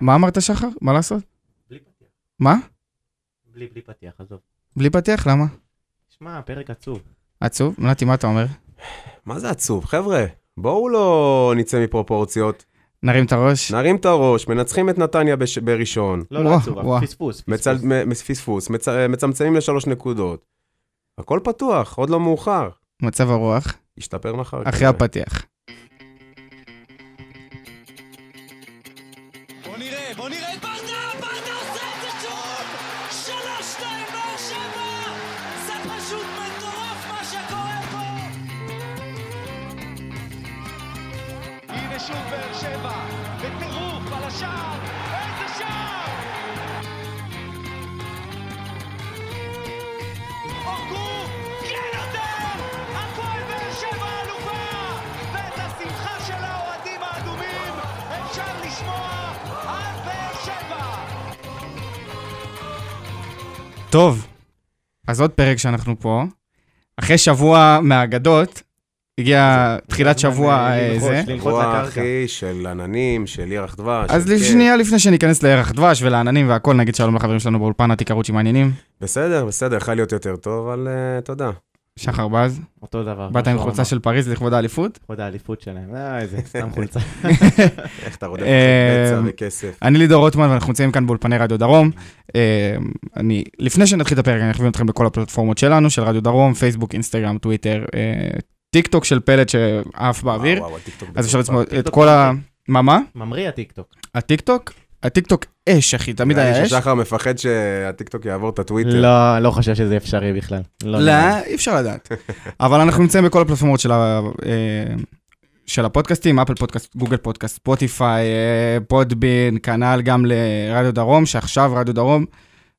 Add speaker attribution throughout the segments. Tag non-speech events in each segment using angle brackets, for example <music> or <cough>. Speaker 1: מה אמרת, שחר? מה לעשות?
Speaker 2: בלי פתיח.
Speaker 1: מה?
Speaker 2: בלי, בלי פתיח, עזוב.
Speaker 1: בלי פתיח? למה?
Speaker 2: שמע, פרק עצוב.
Speaker 1: עצוב? נתי, מה אתה אומר?
Speaker 3: מה זה עצוב? חבר'ה, בואו לא נצא מפרופורציות.
Speaker 1: נרים את הראש?
Speaker 3: נרים את הראש, מנצחים את נתניה בש... בראשון.
Speaker 2: לא, לא
Speaker 1: וואו,
Speaker 2: עצוב, אבל
Speaker 1: וואו.
Speaker 2: פספוס. פספוס.
Speaker 3: מצל... מ- מס- פספוס, מצ... אה, מצמצמים לשלוש נקודות. הכל פתוח, עוד לא מאוחר.
Speaker 1: מצב הרוח?
Speaker 2: אוקיי,
Speaker 3: ישתפר מחר.
Speaker 1: אחרי
Speaker 3: כנראה.
Speaker 1: הפתיח.
Speaker 4: בוא נראה, בוא נראה את ברדה, ברדה עושה את זה שוב! שלוש, שתיים, באר שבע! זה פשוט מטורף מה שקורה פה!
Speaker 5: הנה שוב באר שבע, בטירוף על השער, איזה שער! הורגו, כן נותן! הפועל באר שבע אלופה! ואת השמחה של האוהדים האדומים אפשר לשמוע עד באר שבע!
Speaker 1: טוב, אז עוד פרק שאנחנו פה. אחרי שבוע מהאגדות, הגיע תחילת שבוע אה,
Speaker 2: ללחוש,
Speaker 1: זה.
Speaker 2: ללחוץ
Speaker 3: רוח
Speaker 2: לקרקע.
Speaker 3: אחי של עננים, של ירח דבש.
Speaker 1: אז
Speaker 3: של
Speaker 2: כן.
Speaker 3: כיף.
Speaker 1: שנייה לפני שניכנס לירח דבש ולעננים והכל, נגיד שלום לחברים שלנו באולפן, עתיק ערוצ'י מעניינים.
Speaker 3: בסדר, בסדר, יכול להיות יותר טוב, אבל אה, תודה.
Speaker 1: שחר בז,
Speaker 2: אותו דבר.
Speaker 1: באת
Speaker 2: מה
Speaker 1: עם
Speaker 2: שהוא
Speaker 1: חולצה
Speaker 2: אמר.
Speaker 1: של פריז לכבוד האליפות.
Speaker 2: כבוד האליפות שלהם. אה, איזה סתם
Speaker 1: <laughs>
Speaker 2: חולצה.
Speaker 3: איך אתה רודף
Speaker 1: אה,
Speaker 3: בצע וכסף.
Speaker 1: אני לידור רוטמן ואנחנו נמצאים כאן באולפני רדיו דרום. אה, אני, לפני שנתחיל את הפרק אני אכווין אתכם בכל הפלטפורמות שלנו, של רדיו דרום, פייסבוק, אינסטגרם, טוויטר, אה, טיק טוק של פלט שעף באוויר.
Speaker 3: וואו, וואו, הטיקטוק
Speaker 1: אז אה, אפשר
Speaker 3: בצרפת.
Speaker 1: לצמוד את
Speaker 2: טיקטוק
Speaker 1: כל ה...
Speaker 2: מגניב.
Speaker 1: מה, מה?
Speaker 2: ממריא הטיקטוק.
Speaker 1: הטיקטוק? הטיקטוק אש, אחי, תמיד
Speaker 3: נראה לי
Speaker 1: היה אש.
Speaker 3: ששחר מפחד שהטיקטוק יעבור את הטוויטר.
Speaker 2: לא, לא חושב שזה אפשרי בכלל. לא.
Speaker 1: לא,
Speaker 2: נראה לי.
Speaker 1: אי אפשר לדעת. אבל אנחנו נמצאים בכל הפלטפורמות של ה... אה, של הפודקאסטים, אפל פודקאסט, גוגל פודקאסט, ספוטיפיי, אה, פודבין, כנ"ל גם לרדיו דרום, שעכשיו רדיו דרום,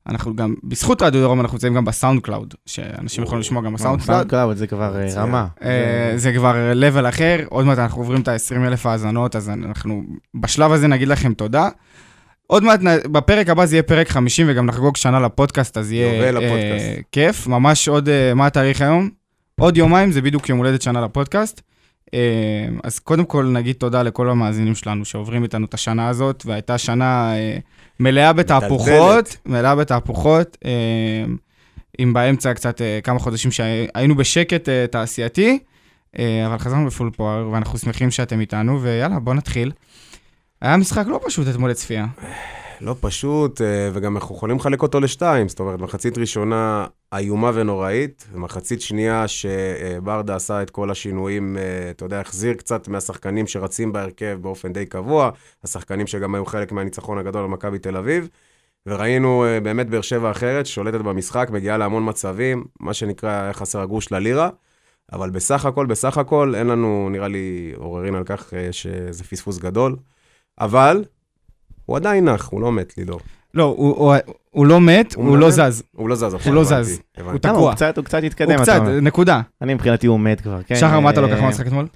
Speaker 1: אנחנו גם, בזכות רדיו דרום אנחנו נמצאים גם בסאונד קלאוד, שאנשים יכולים לשמוע גם בסאונד קלאוד.
Speaker 2: סאונדקלאוד זה כבר אה,
Speaker 3: מצוין.
Speaker 2: רמה.
Speaker 1: אה, זה כבר level אחר, עוד מעט אנחנו עוברים את ה-20 אלף האזנות, אז אנחנו בשלב הזה נגיד לכם תודה. עוד מעט, נ- בפרק הבא זה יהיה פרק 50 וגם נחגוג שנה לפודקאסט, אז יהיה אה,
Speaker 3: יובל לפודקאסט.
Speaker 1: כיף. ממש עוד, אה, מה התאריך היום? עוד יומיים, זה בדיוק יום הולדת שנה לפודקאסט. אה, אז קודם כל נגיד תודה לכל המאזינים שלנו שעוברים איתנו את השנה הזאת, והייתה שנה אה, מלאה בתהפוכות, מלאה בתהפוכות, אה, עם באמצע קצת אה, כמה חודשים שהיינו בשקט אה, תעשייתי, אה, אבל חזרנו בפול פואר, ואנחנו שמחים שאתם איתנו, ויאללה, בואו נתחיל. היה משחק לא פשוט אתמול לצפייה.
Speaker 3: לא פשוט, אה, וגם אנחנו יכולים לחלק אותו לשתיים. זאת אומרת, מחצית ראשונה איומה ונוראית, ומחצית שנייה שברדה עשה את כל השינויים, אה, אתה יודע, החזיר קצת מהשחקנים שרצים בהרכב באופן די קבוע, השחקנים שגם היו חלק מהניצחון הגדול על מכבי תל אביב. וראינו אה, באמת באר שבע אחרת, שולטת במשחק, מגיעה להמון מצבים, מה שנקרא, היה חסר הגוש ללירה. אבל בסך הכל, בסך הכל, אין לנו, נראה לי, עוררין על כך אה, שזה פספוס גדול. אבל, הוא עדיין נח, הוא לא מת, לידור.
Speaker 1: לא, הוא, הוא, הוא לא מת,
Speaker 3: הוא
Speaker 1: הוא, הוא לא
Speaker 3: מדבר?
Speaker 1: זז.
Speaker 3: הוא לא זז עכשיו,
Speaker 1: לא
Speaker 3: הבנתי,
Speaker 1: זז.
Speaker 3: הבנתי.
Speaker 1: הוא
Speaker 2: אה, למה,
Speaker 1: תקוע.
Speaker 2: הוא קצת- הוא קצת
Speaker 1: הוא
Speaker 2: התקדם. כן, אתה
Speaker 1: קצת,
Speaker 2: אומר.
Speaker 1: נקודה.
Speaker 2: אני מבחינתי הוא מת כבר, כן.
Speaker 1: שחר, מה אתה לוקח
Speaker 2: אה,
Speaker 1: מהמשחק אתמול?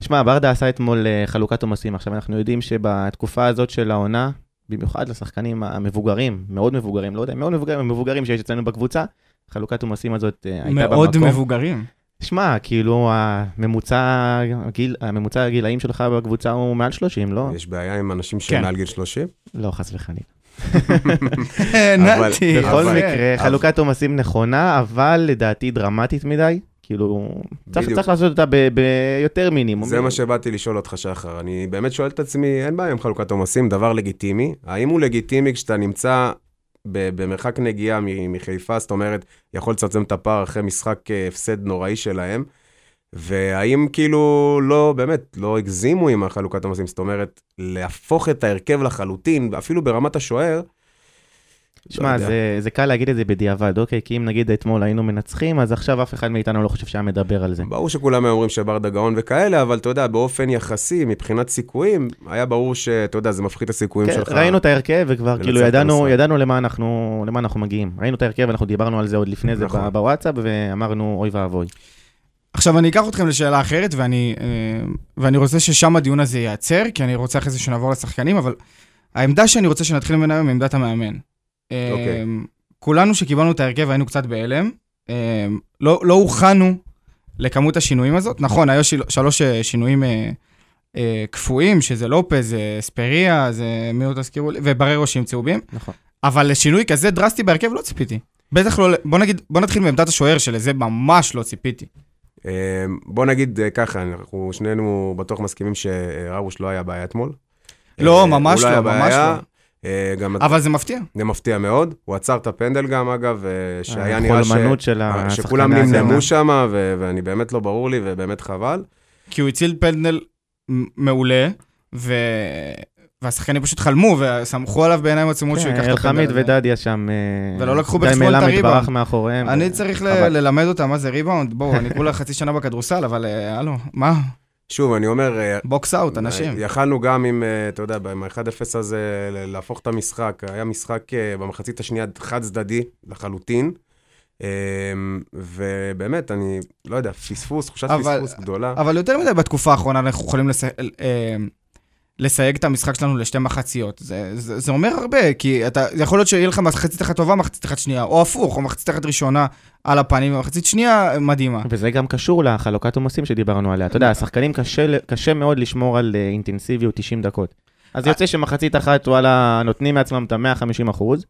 Speaker 2: שמע, ברדה עשה אתמול אה, חלוקת עומסים. עכשיו, אנחנו יודעים שבתקופה הזאת של העונה, במיוחד לשחקנים המבוגרים, מאוד מבוגרים, לא יודע, מאוד מבוגרים, המבוגרים שיש אצלנו בקבוצה, חלוקת עומסים הזאת אה, הייתה במקום.
Speaker 1: מאוד מבוגרים.
Speaker 2: שמע, כאילו, הממוצע, הגיל, הממוצע הגילאים שלך בקבוצה הוא מעל 30, לא?
Speaker 3: יש בעיה עם אנשים
Speaker 1: כן.
Speaker 3: שהם מעל גיל 30?
Speaker 2: לא, חס וחלילה.
Speaker 3: אבל-
Speaker 1: <laughs> נתי.
Speaker 2: בכל
Speaker 3: אה, אבל-
Speaker 2: מקרה,
Speaker 3: אבל-
Speaker 2: חלוקת עומסים נכונה, אבל לדעתי דרמטית מדי. כאילו, צריך,
Speaker 3: בדיוק.
Speaker 2: צריך לעשות אותה ב- ביותר מינימום.
Speaker 3: זה מה שבאתי לשאול אותך, שחר. אני באמת שואל את עצמי, אין בעיה עם חלוקת עומסים, דבר לגיטימי. האם הוא לגיטימי כשאתה נמצא ב- במרחק נגיעה מ- מחיפה, זאת אומרת, יכול לצמצם את הפער אחרי משחק אה, הפסד נוראי שלהם? והאם כאילו לא, באמת, לא הגזימו עם החלוקת עומסים? זאת אומרת, להפוך את ההרכב לחלוטין, אפילו ברמת השוער, לא
Speaker 2: שמע,
Speaker 3: יודע.
Speaker 2: זה, זה קל להגיד את זה בדיעבד, אוקיי? כי אם נגיד אתמול היינו מנצחים, אז עכשיו אף אחד מאיתנו לא חושב שהיה מדבר על זה.
Speaker 3: ברור שכולם היו אומרים שברדה גאון וכאלה, אבל אתה יודע, באופן יחסי, מבחינת סיכויים, היה ברור שאתה יודע, זה מפחית את הסיכויים
Speaker 2: כן,
Speaker 3: שלך.
Speaker 2: ראינו את ההרכב וכבר כאילו
Speaker 3: לנצח את
Speaker 2: ידענו,
Speaker 3: המשחק.
Speaker 2: ידענו למה אנחנו, למה אנחנו מגיעים. ראינו את ההרכב, אנחנו דיברנו על זה עוד לפני זה
Speaker 3: נכון.
Speaker 2: ב- בוואטסאפ, ואמרנו אוי ואבוי.
Speaker 1: עכשיו אני אקח אתכם לשאלה אחרת, ואני, אה, ואני רוצה ששם הדיון הזה ייעצר, כי אני רוצה אחרי זה שנעבור לשחקנים, אבל העמדה שאני רוצה שנתחיל ממנה היום היא עמדת המאמן. אה,
Speaker 3: אוקיי.
Speaker 1: כולנו שקיבלנו את ההרכב היינו קצת בהלם, אה, לא לא הוכנו לכמות השינויים הזאת. נכון, היו של- שלוש אה, שינויים אה, אה, קפואים, שזה לופז, זה אספריה, זה מי עוד תזכירו לי, ובררו שהם צהובים,
Speaker 2: נכון.
Speaker 1: אבל לשינוי כזה דרסטי בהרכב לא ציפיתי. בטח לא, ל- בוא נגיד, בוא נתחיל מעמדת השוער שלזה ממש לא ציפיתי.
Speaker 3: אה, בוא נגיד אה, ככה, אנחנו שנינו בטוח מסכימים שרוש לא היה בעיה אתמול.
Speaker 1: לא,
Speaker 3: אה,
Speaker 1: ממש
Speaker 3: הוא
Speaker 1: לא,
Speaker 3: היה
Speaker 1: ממש
Speaker 3: בעיה. אה, גם
Speaker 1: אבל זה מפתיע.
Speaker 3: זה מפתיע מאוד. הוא עצר את הפנדל גם, אגב, אה, שהיה נראה ש...
Speaker 2: החולמנות של
Speaker 3: אה,
Speaker 2: השחקני
Speaker 3: שכולם
Speaker 2: ההגנה.
Speaker 3: נמנמו שם, ו- ואני באמת לא ברור לי, ובאמת חבל.
Speaker 1: כי הוא הציל פנדל מ- מעולה, ו... והשחקנים פשוט חלמו וסמכו עליו בעיניים עצומות שהוא
Speaker 2: כן,
Speaker 1: ייקח את הפנדל.
Speaker 2: אלחמיד
Speaker 1: הזה.
Speaker 2: ודדיה שם... אה,
Speaker 1: ולא לקחו בחשבון את
Speaker 2: דיים
Speaker 1: הריבאונד.
Speaker 2: אלעם התברך מאחוריהם.
Speaker 1: אני
Speaker 2: ו-
Speaker 1: צריך ל-
Speaker 2: חבל.
Speaker 1: ללמד אותם מה זה ריבאונד, בואו, אני כולה חצי שנה בכדורסל, אבל אה, הלו, מה?
Speaker 3: שוב, אני אומר, אה,
Speaker 1: בוקס אאוט, אנשים.
Speaker 3: יכלנו גם עם, אה, אתה יודע, עם ה-1-0 הזה, ל- להפוך את המשחק. היה משחק אה, במחצית השנייה חד-צדדי לחלוטין. אה, ובאמת, אני לא יודע, פספוס, תחושת
Speaker 1: אבל-
Speaker 3: פספוס גדולה.
Speaker 1: אבל יותר מדי בתקופה האחרונה אנחנו יכולים לס... אה, לסייג את המשחק שלנו לשתי מחציות. זה, זה, זה אומר הרבה, כי אתה, זה יכול להיות שיהיה לך מחצית אחת טובה, מחצית אחת שנייה, או הפוך, או מחצית אחת ראשונה על הפנים, ומחצית שנייה אה, מדהימה.
Speaker 2: וזה גם קשור לחלוקת עומסים שדיברנו עליה.
Speaker 1: נכון.
Speaker 2: אתה יודע, השחקנים קשה ל- קשה מאוד לשמור על אה, אינטנסיביות 90 דקות.
Speaker 1: אה-
Speaker 2: אז יוצא שמחצית אחת, וואלה, נותנים מעצמם את ה-150 אחוז,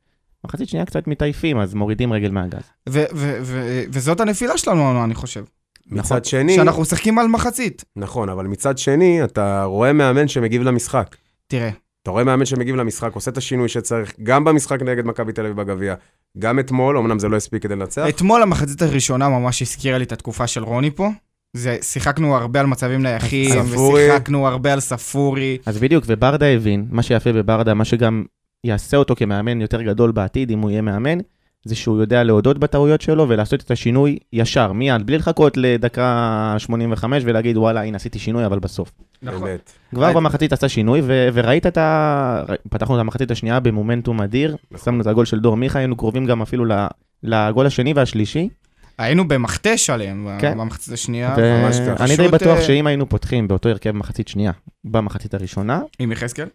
Speaker 2: מחצית שנייה קצת מתעייפים, אז מורידים רגל מהגז.
Speaker 1: ו- ו- ו- וזאת הנפילה שלנו, אני חושב.
Speaker 2: נכון.
Speaker 3: מצד שני,
Speaker 1: שאנחנו משחקים על מחצית.
Speaker 3: נכון, אבל מצד שני, אתה רואה מאמן שמגיב למשחק.
Speaker 1: תראה,
Speaker 3: אתה רואה מאמן שמגיב למשחק, עושה את השינוי שצריך, גם במשחק נגד מכבי תל אביב בגביע, גם אתמול, אמנם זה לא הספיק כדי לנצח.
Speaker 1: אתמול המחצית הראשונה ממש הזכירה לי את התקופה של רוני פה. זה, שיחקנו הרבה על מצבים נייחים,
Speaker 3: ספורי.
Speaker 1: ושיחקנו הרבה על ספורי.
Speaker 2: אז בדיוק, וברדה הבין, מה שיפה בברדה, מה שגם יעשה אותו כמאמן יותר גדול בעתיד, אם הוא יהיה מאמן, זה שהוא יודע להודות בטעויות שלו ולעשות את השינוי ישר, מיד, בלי לחכות לדקה 85 ולהגיד, וואלה, הנה, עשיתי שינוי, אבל בסוף.
Speaker 1: נכון.
Speaker 3: באמת.
Speaker 2: כבר
Speaker 1: היי.
Speaker 2: במחצית עשה שינוי, ו- וראית את ה... ר- פתחנו את המחצית השנייה במומנטום אדיר,
Speaker 1: נכון.
Speaker 2: שמנו את הגול של דור מיכה, היינו קרובים גם אפילו ל- לגול השני והשלישי.
Speaker 1: היינו במכתש עליהם,
Speaker 2: כן.
Speaker 1: במחצית השנייה.
Speaker 3: ממש ככה.
Speaker 2: ואני די
Speaker 1: אה, פשוט,
Speaker 2: בטוח
Speaker 1: אה,
Speaker 2: שאם היינו פותחים באותו הרכב מחצית שנייה, במחצית הראשונה,
Speaker 1: עם יחזקאל?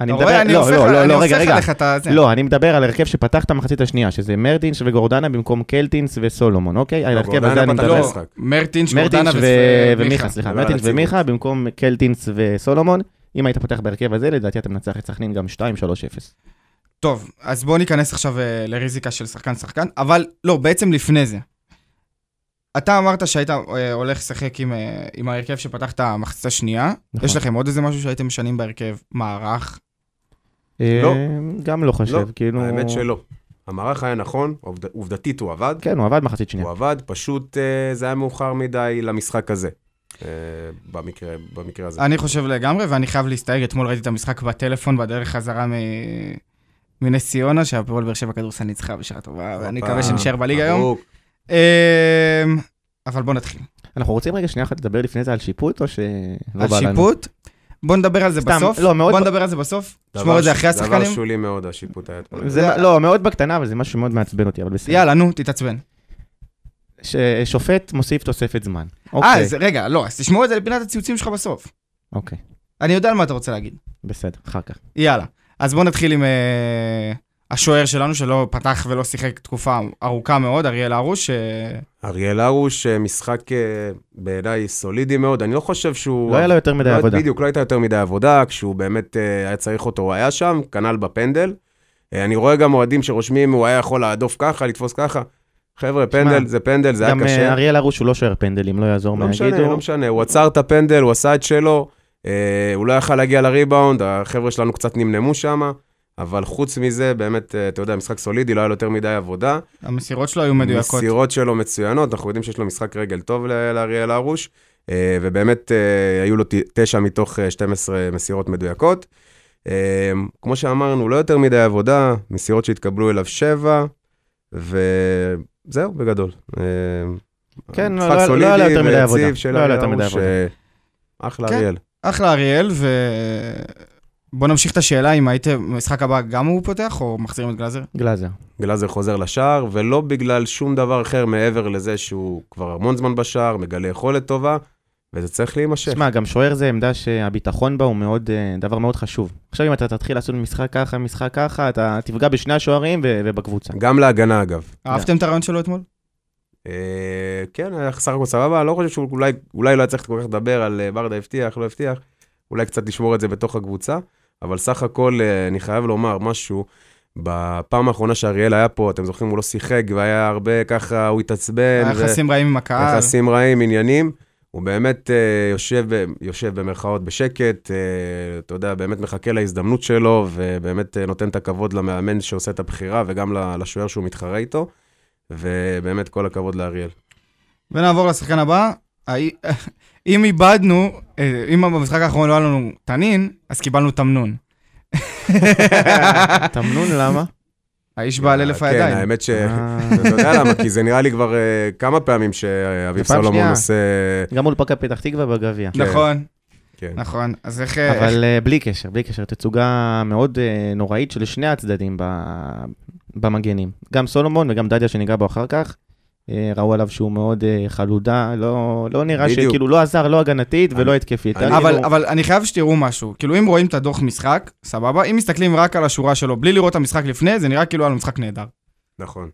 Speaker 2: אני
Speaker 1: אתה
Speaker 2: מדבר...
Speaker 1: רואה, אני
Speaker 2: לא,
Speaker 1: הופך
Speaker 2: לא, לא,
Speaker 1: אני
Speaker 2: לא,
Speaker 1: הופך
Speaker 2: רגע, רגע.
Speaker 1: עליך את הזה.
Speaker 2: לא, אני מדבר על הרכב שפתח את המחצית השנייה, שזה מרטינש וגורדנה במקום קלטינס וסולומון, אוקיי? על הרכב
Speaker 3: גורדנה
Speaker 2: הזה אני
Speaker 3: פתח
Speaker 2: מדבר.
Speaker 1: לא,
Speaker 3: המשחק.
Speaker 1: מרטינש, גורדנה
Speaker 2: מרטינש ו- ומיכה, סליחה,
Speaker 3: מדבר על
Speaker 2: מרטינש
Speaker 3: הציוות.
Speaker 2: ומיכה במקום קלטינס וסולומון. אם היית פותח בהרכב הזה, לדעתי אתה מנצח את סכנין גם 2-3-0.
Speaker 1: טוב, אז בואו ניכנס עכשיו אה, לריזיקה של שחקן-שחקן, אבל לא, בעצם לפני זה. אתה אמרת שהיית אה, הולך לשחק עם, אה, עם ההרכב שפתח את המחצית השנייה.
Speaker 2: נכון.
Speaker 1: יש לכם עוד איזה משהו שהייתם משנים בהרכב? מערך?
Speaker 3: לא.
Speaker 2: אה, גם לא חושב,
Speaker 3: לא,
Speaker 2: כאילו...
Speaker 3: האמת שלא. המערך היה נכון, עובד- עובדתית הוא עבד.
Speaker 2: כן, הוא עבד מחצית שנייה.
Speaker 3: הוא עבד, פשוט אה, זה היה מאוחר מדי למשחק הזה. אה, במקרה במקרה הזה.
Speaker 1: אני חושב לגמרי, ואני חייב להסתייג. אתמול ראיתי את המשחק בטלפון בדרך חזרה מ... מנס ציונה, שהפועל באר שבע כדורסל ניצחה בשעה טובה, ואני מקווה שנשאר בליגה היום.
Speaker 3: מברוק.
Speaker 1: אמ, אבל בוא נתחיל.
Speaker 2: אנחנו רוצים רגע שנייה אחת לדבר לפני זה על שיפוט, או שלא לא בא
Speaker 1: על
Speaker 2: לנו?
Speaker 1: שיפוט, בוא נדבר על זה
Speaker 2: סתם,
Speaker 1: בסוף.
Speaker 2: לא, מאוד-
Speaker 1: בוא נדבר על זה בסוף.
Speaker 3: דבר
Speaker 1: שמור את זה
Speaker 3: ש-
Speaker 1: אחרי השחקנים.
Speaker 3: דבר שולי מאוד, השיפוט היה אתמול.
Speaker 2: זה מה- לא, מאוד בקטנה, אבל זה משהו שמאוד מעצבן אותי, אבל בסדר.
Speaker 1: כן. יאללה, נו, תתעצבן.
Speaker 2: ששופט מוסיף תוספת זמן.
Speaker 1: אה,
Speaker 2: אוקיי,
Speaker 1: אז רגע, לא, אז תשמור את זה לפינת הציוצים שלך בסוף.
Speaker 2: אוקיי,
Speaker 1: אני יודע על מה אתה רוצה להגיד.
Speaker 2: בסדר, אחר כך.
Speaker 1: יאללה. אז בוא נתחיל עם אה, השוער שלנו, שלא פתח ולא שיחק תקופה ארוכה מאוד, אריאל הרוש. אה,
Speaker 3: אריאל הרוש, אה, משחק אה, בעיניי סולידי מאוד. אני לא חושב שהוא...
Speaker 2: לא היה לו יותר מדי
Speaker 3: לא-
Speaker 2: עבודה.
Speaker 3: בדיוק, לא הייתה יותר מדי עבודה, כשהוא באמת אה, היה צריך אותו, הוא היה שם, כנ"ל בפנדל. אה, אני רואה גם אוהדים שרושמים, הוא היה יכול להדוף ככה, לתפוס ככה. חבר'ה, פנדל זה פנדל, זה היה
Speaker 2: גם אה,
Speaker 3: קשה.
Speaker 2: אריאל הרוש הוא לא שוער פנדלים, לא יעזור
Speaker 3: לא
Speaker 2: מה
Speaker 3: משנה,
Speaker 2: יגידו.
Speaker 3: לא משנה, הוא עצר את הפנדל, הוא עשה את שלו, אה, הוא לא יכל להגיע לריבאונד, החבר'ה שלנו קצת נמנמו שם, אבל חוץ מזה, באמת, אה, אתה יודע, משחק סולידי, לא היה לו יותר מדי עבודה.
Speaker 1: המסירות שלו היו מדויקות.
Speaker 3: מסירות שלו מצוינות, אנחנו יודעים שיש לו משחק רגל טוב ל- לאריאל הרוש, אה, ובאמת אה, היו לו ת- תשע מתוך אה, 12 מסירות מדויקות. אה, כמו שאמרנו, לא יותר מדי עבודה, מסירות שהתקבלו אליו שבע, וזהו, בגדול. אה,
Speaker 2: כן,
Speaker 3: משחק
Speaker 2: לא- לא-
Speaker 3: סולידי
Speaker 2: לא היה לו יותר מדי עבודה.
Speaker 3: ויציב של
Speaker 2: לא היה לו
Speaker 3: אריאל
Speaker 2: יותר מדי
Speaker 3: הרוש,
Speaker 2: עבודה.
Speaker 3: אה, אחלה
Speaker 1: כן.
Speaker 3: אריאל.
Speaker 1: אחלה אריאל, ו... בוא נמשיך את השאלה אם הייתם, משחק הבא גם הוא פותח או מחזירים את גלאזר?
Speaker 2: גלאזר.
Speaker 3: גלאזר חוזר לשער, ולא בגלל שום דבר אחר מעבר לזה שהוא כבר המון זמן בשער, מגלה יכולת טובה, וזה צריך להימשך.
Speaker 2: שמע, גם שוער זה עמדה שהביטחון בה הוא מאוד, אה, דבר מאוד חשוב. עכשיו אם אתה תתחיל לעשות משחק ככה, משחק
Speaker 3: <laughs>
Speaker 2: ככה, אתה תפגע בשני השוערים ו- ובקבוצה.
Speaker 3: גם להגנה, אגב.
Speaker 1: אהבתם את הרעיון שלו אתמול?
Speaker 3: אה, כן, היה סך הכל סבבה, לא חושב שאולי אולי לא היה צריך כל כך לדבר על אה, ברדה הבטיח, לא הבטיח, אולי קצת לשמור את זה בתוך הקבוצה, אבל סך הכל אה, אני חייב לומר משהו, בפעם האחרונה שאריאל היה פה, אתם זוכרים, הוא לא שיחק, והיה הרבה ככה, הוא התעצבן.
Speaker 1: היה
Speaker 3: כן, ו-
Speaker 1: יחסים רעים עם הקהל.
Speaker 3: יחסים רעים, עניינים. הוא באמת אה, יושב, יושב במרכאות בשקט, אה, אתה יודע, באמת מחכה להזדמנות שלו, ובאמת אה, נותן את הכבוד למאמן שעושה את הבחירה, וגם ל- לשוער שהוא מתחרה איתו, ובאמת כל הכבוד לאריאל.
Speaker 1: ונעבור לשחקן הבא. האי- <laughs> אם איבדנו, אה, אם במשחק האחרון לא היה לנו תנין, אז קיבלנו תמנון.
Speaker 2: תמנון למה?
Speaker 1: האיש בעל אלף הידיים.
Speaker 3: כן, האמת ש...
Speaker 2: אה,
Speaker 3: <laughs> אתה יודע למה? כי זה נראה לי כבר אה, כמה פעמים שאביב
Speaker 2: זה פעם
Speaker 3: סולומון
Speaker 2: שנייה.
Speaker 3: עושה...
Speaker 2: גם מול פקע פתח תקווה בגביע.
Speaker 1: נכון,
Speaker 3: כן.
Speaker 1: נכון. אז איך... אה, איך-
Speaker 2: אבל אה, בלי קשר, בלי קשר, תצוגה מאוד אה, נוראית של שני הצדדים ב- במגנים. גם סולומון וגם דדיה שניגע בו אחר כך. אה, ראו עליו שהוא מאוד אה, חלודה, לא לא נראה
Speaker 3: בדיוק.
Speaker 2: שכאילו לא עזר, לא הגנתית ולא
Speaker 3: אני-
Speaker 2: התקפית.
Speaker 3: אני- לא-
Speaker 2: אבל-
Speaker 1: אבל, אבל אני חייב שתראו משהו, כאילו אם רואים את הדוח משחק, סבבה, אם מסתכלים רק על השורה שלו, בלי לראות את המשחק לפני, זה נראה כאילו היה לו משחק נהדר.
Speaker 3: נכון.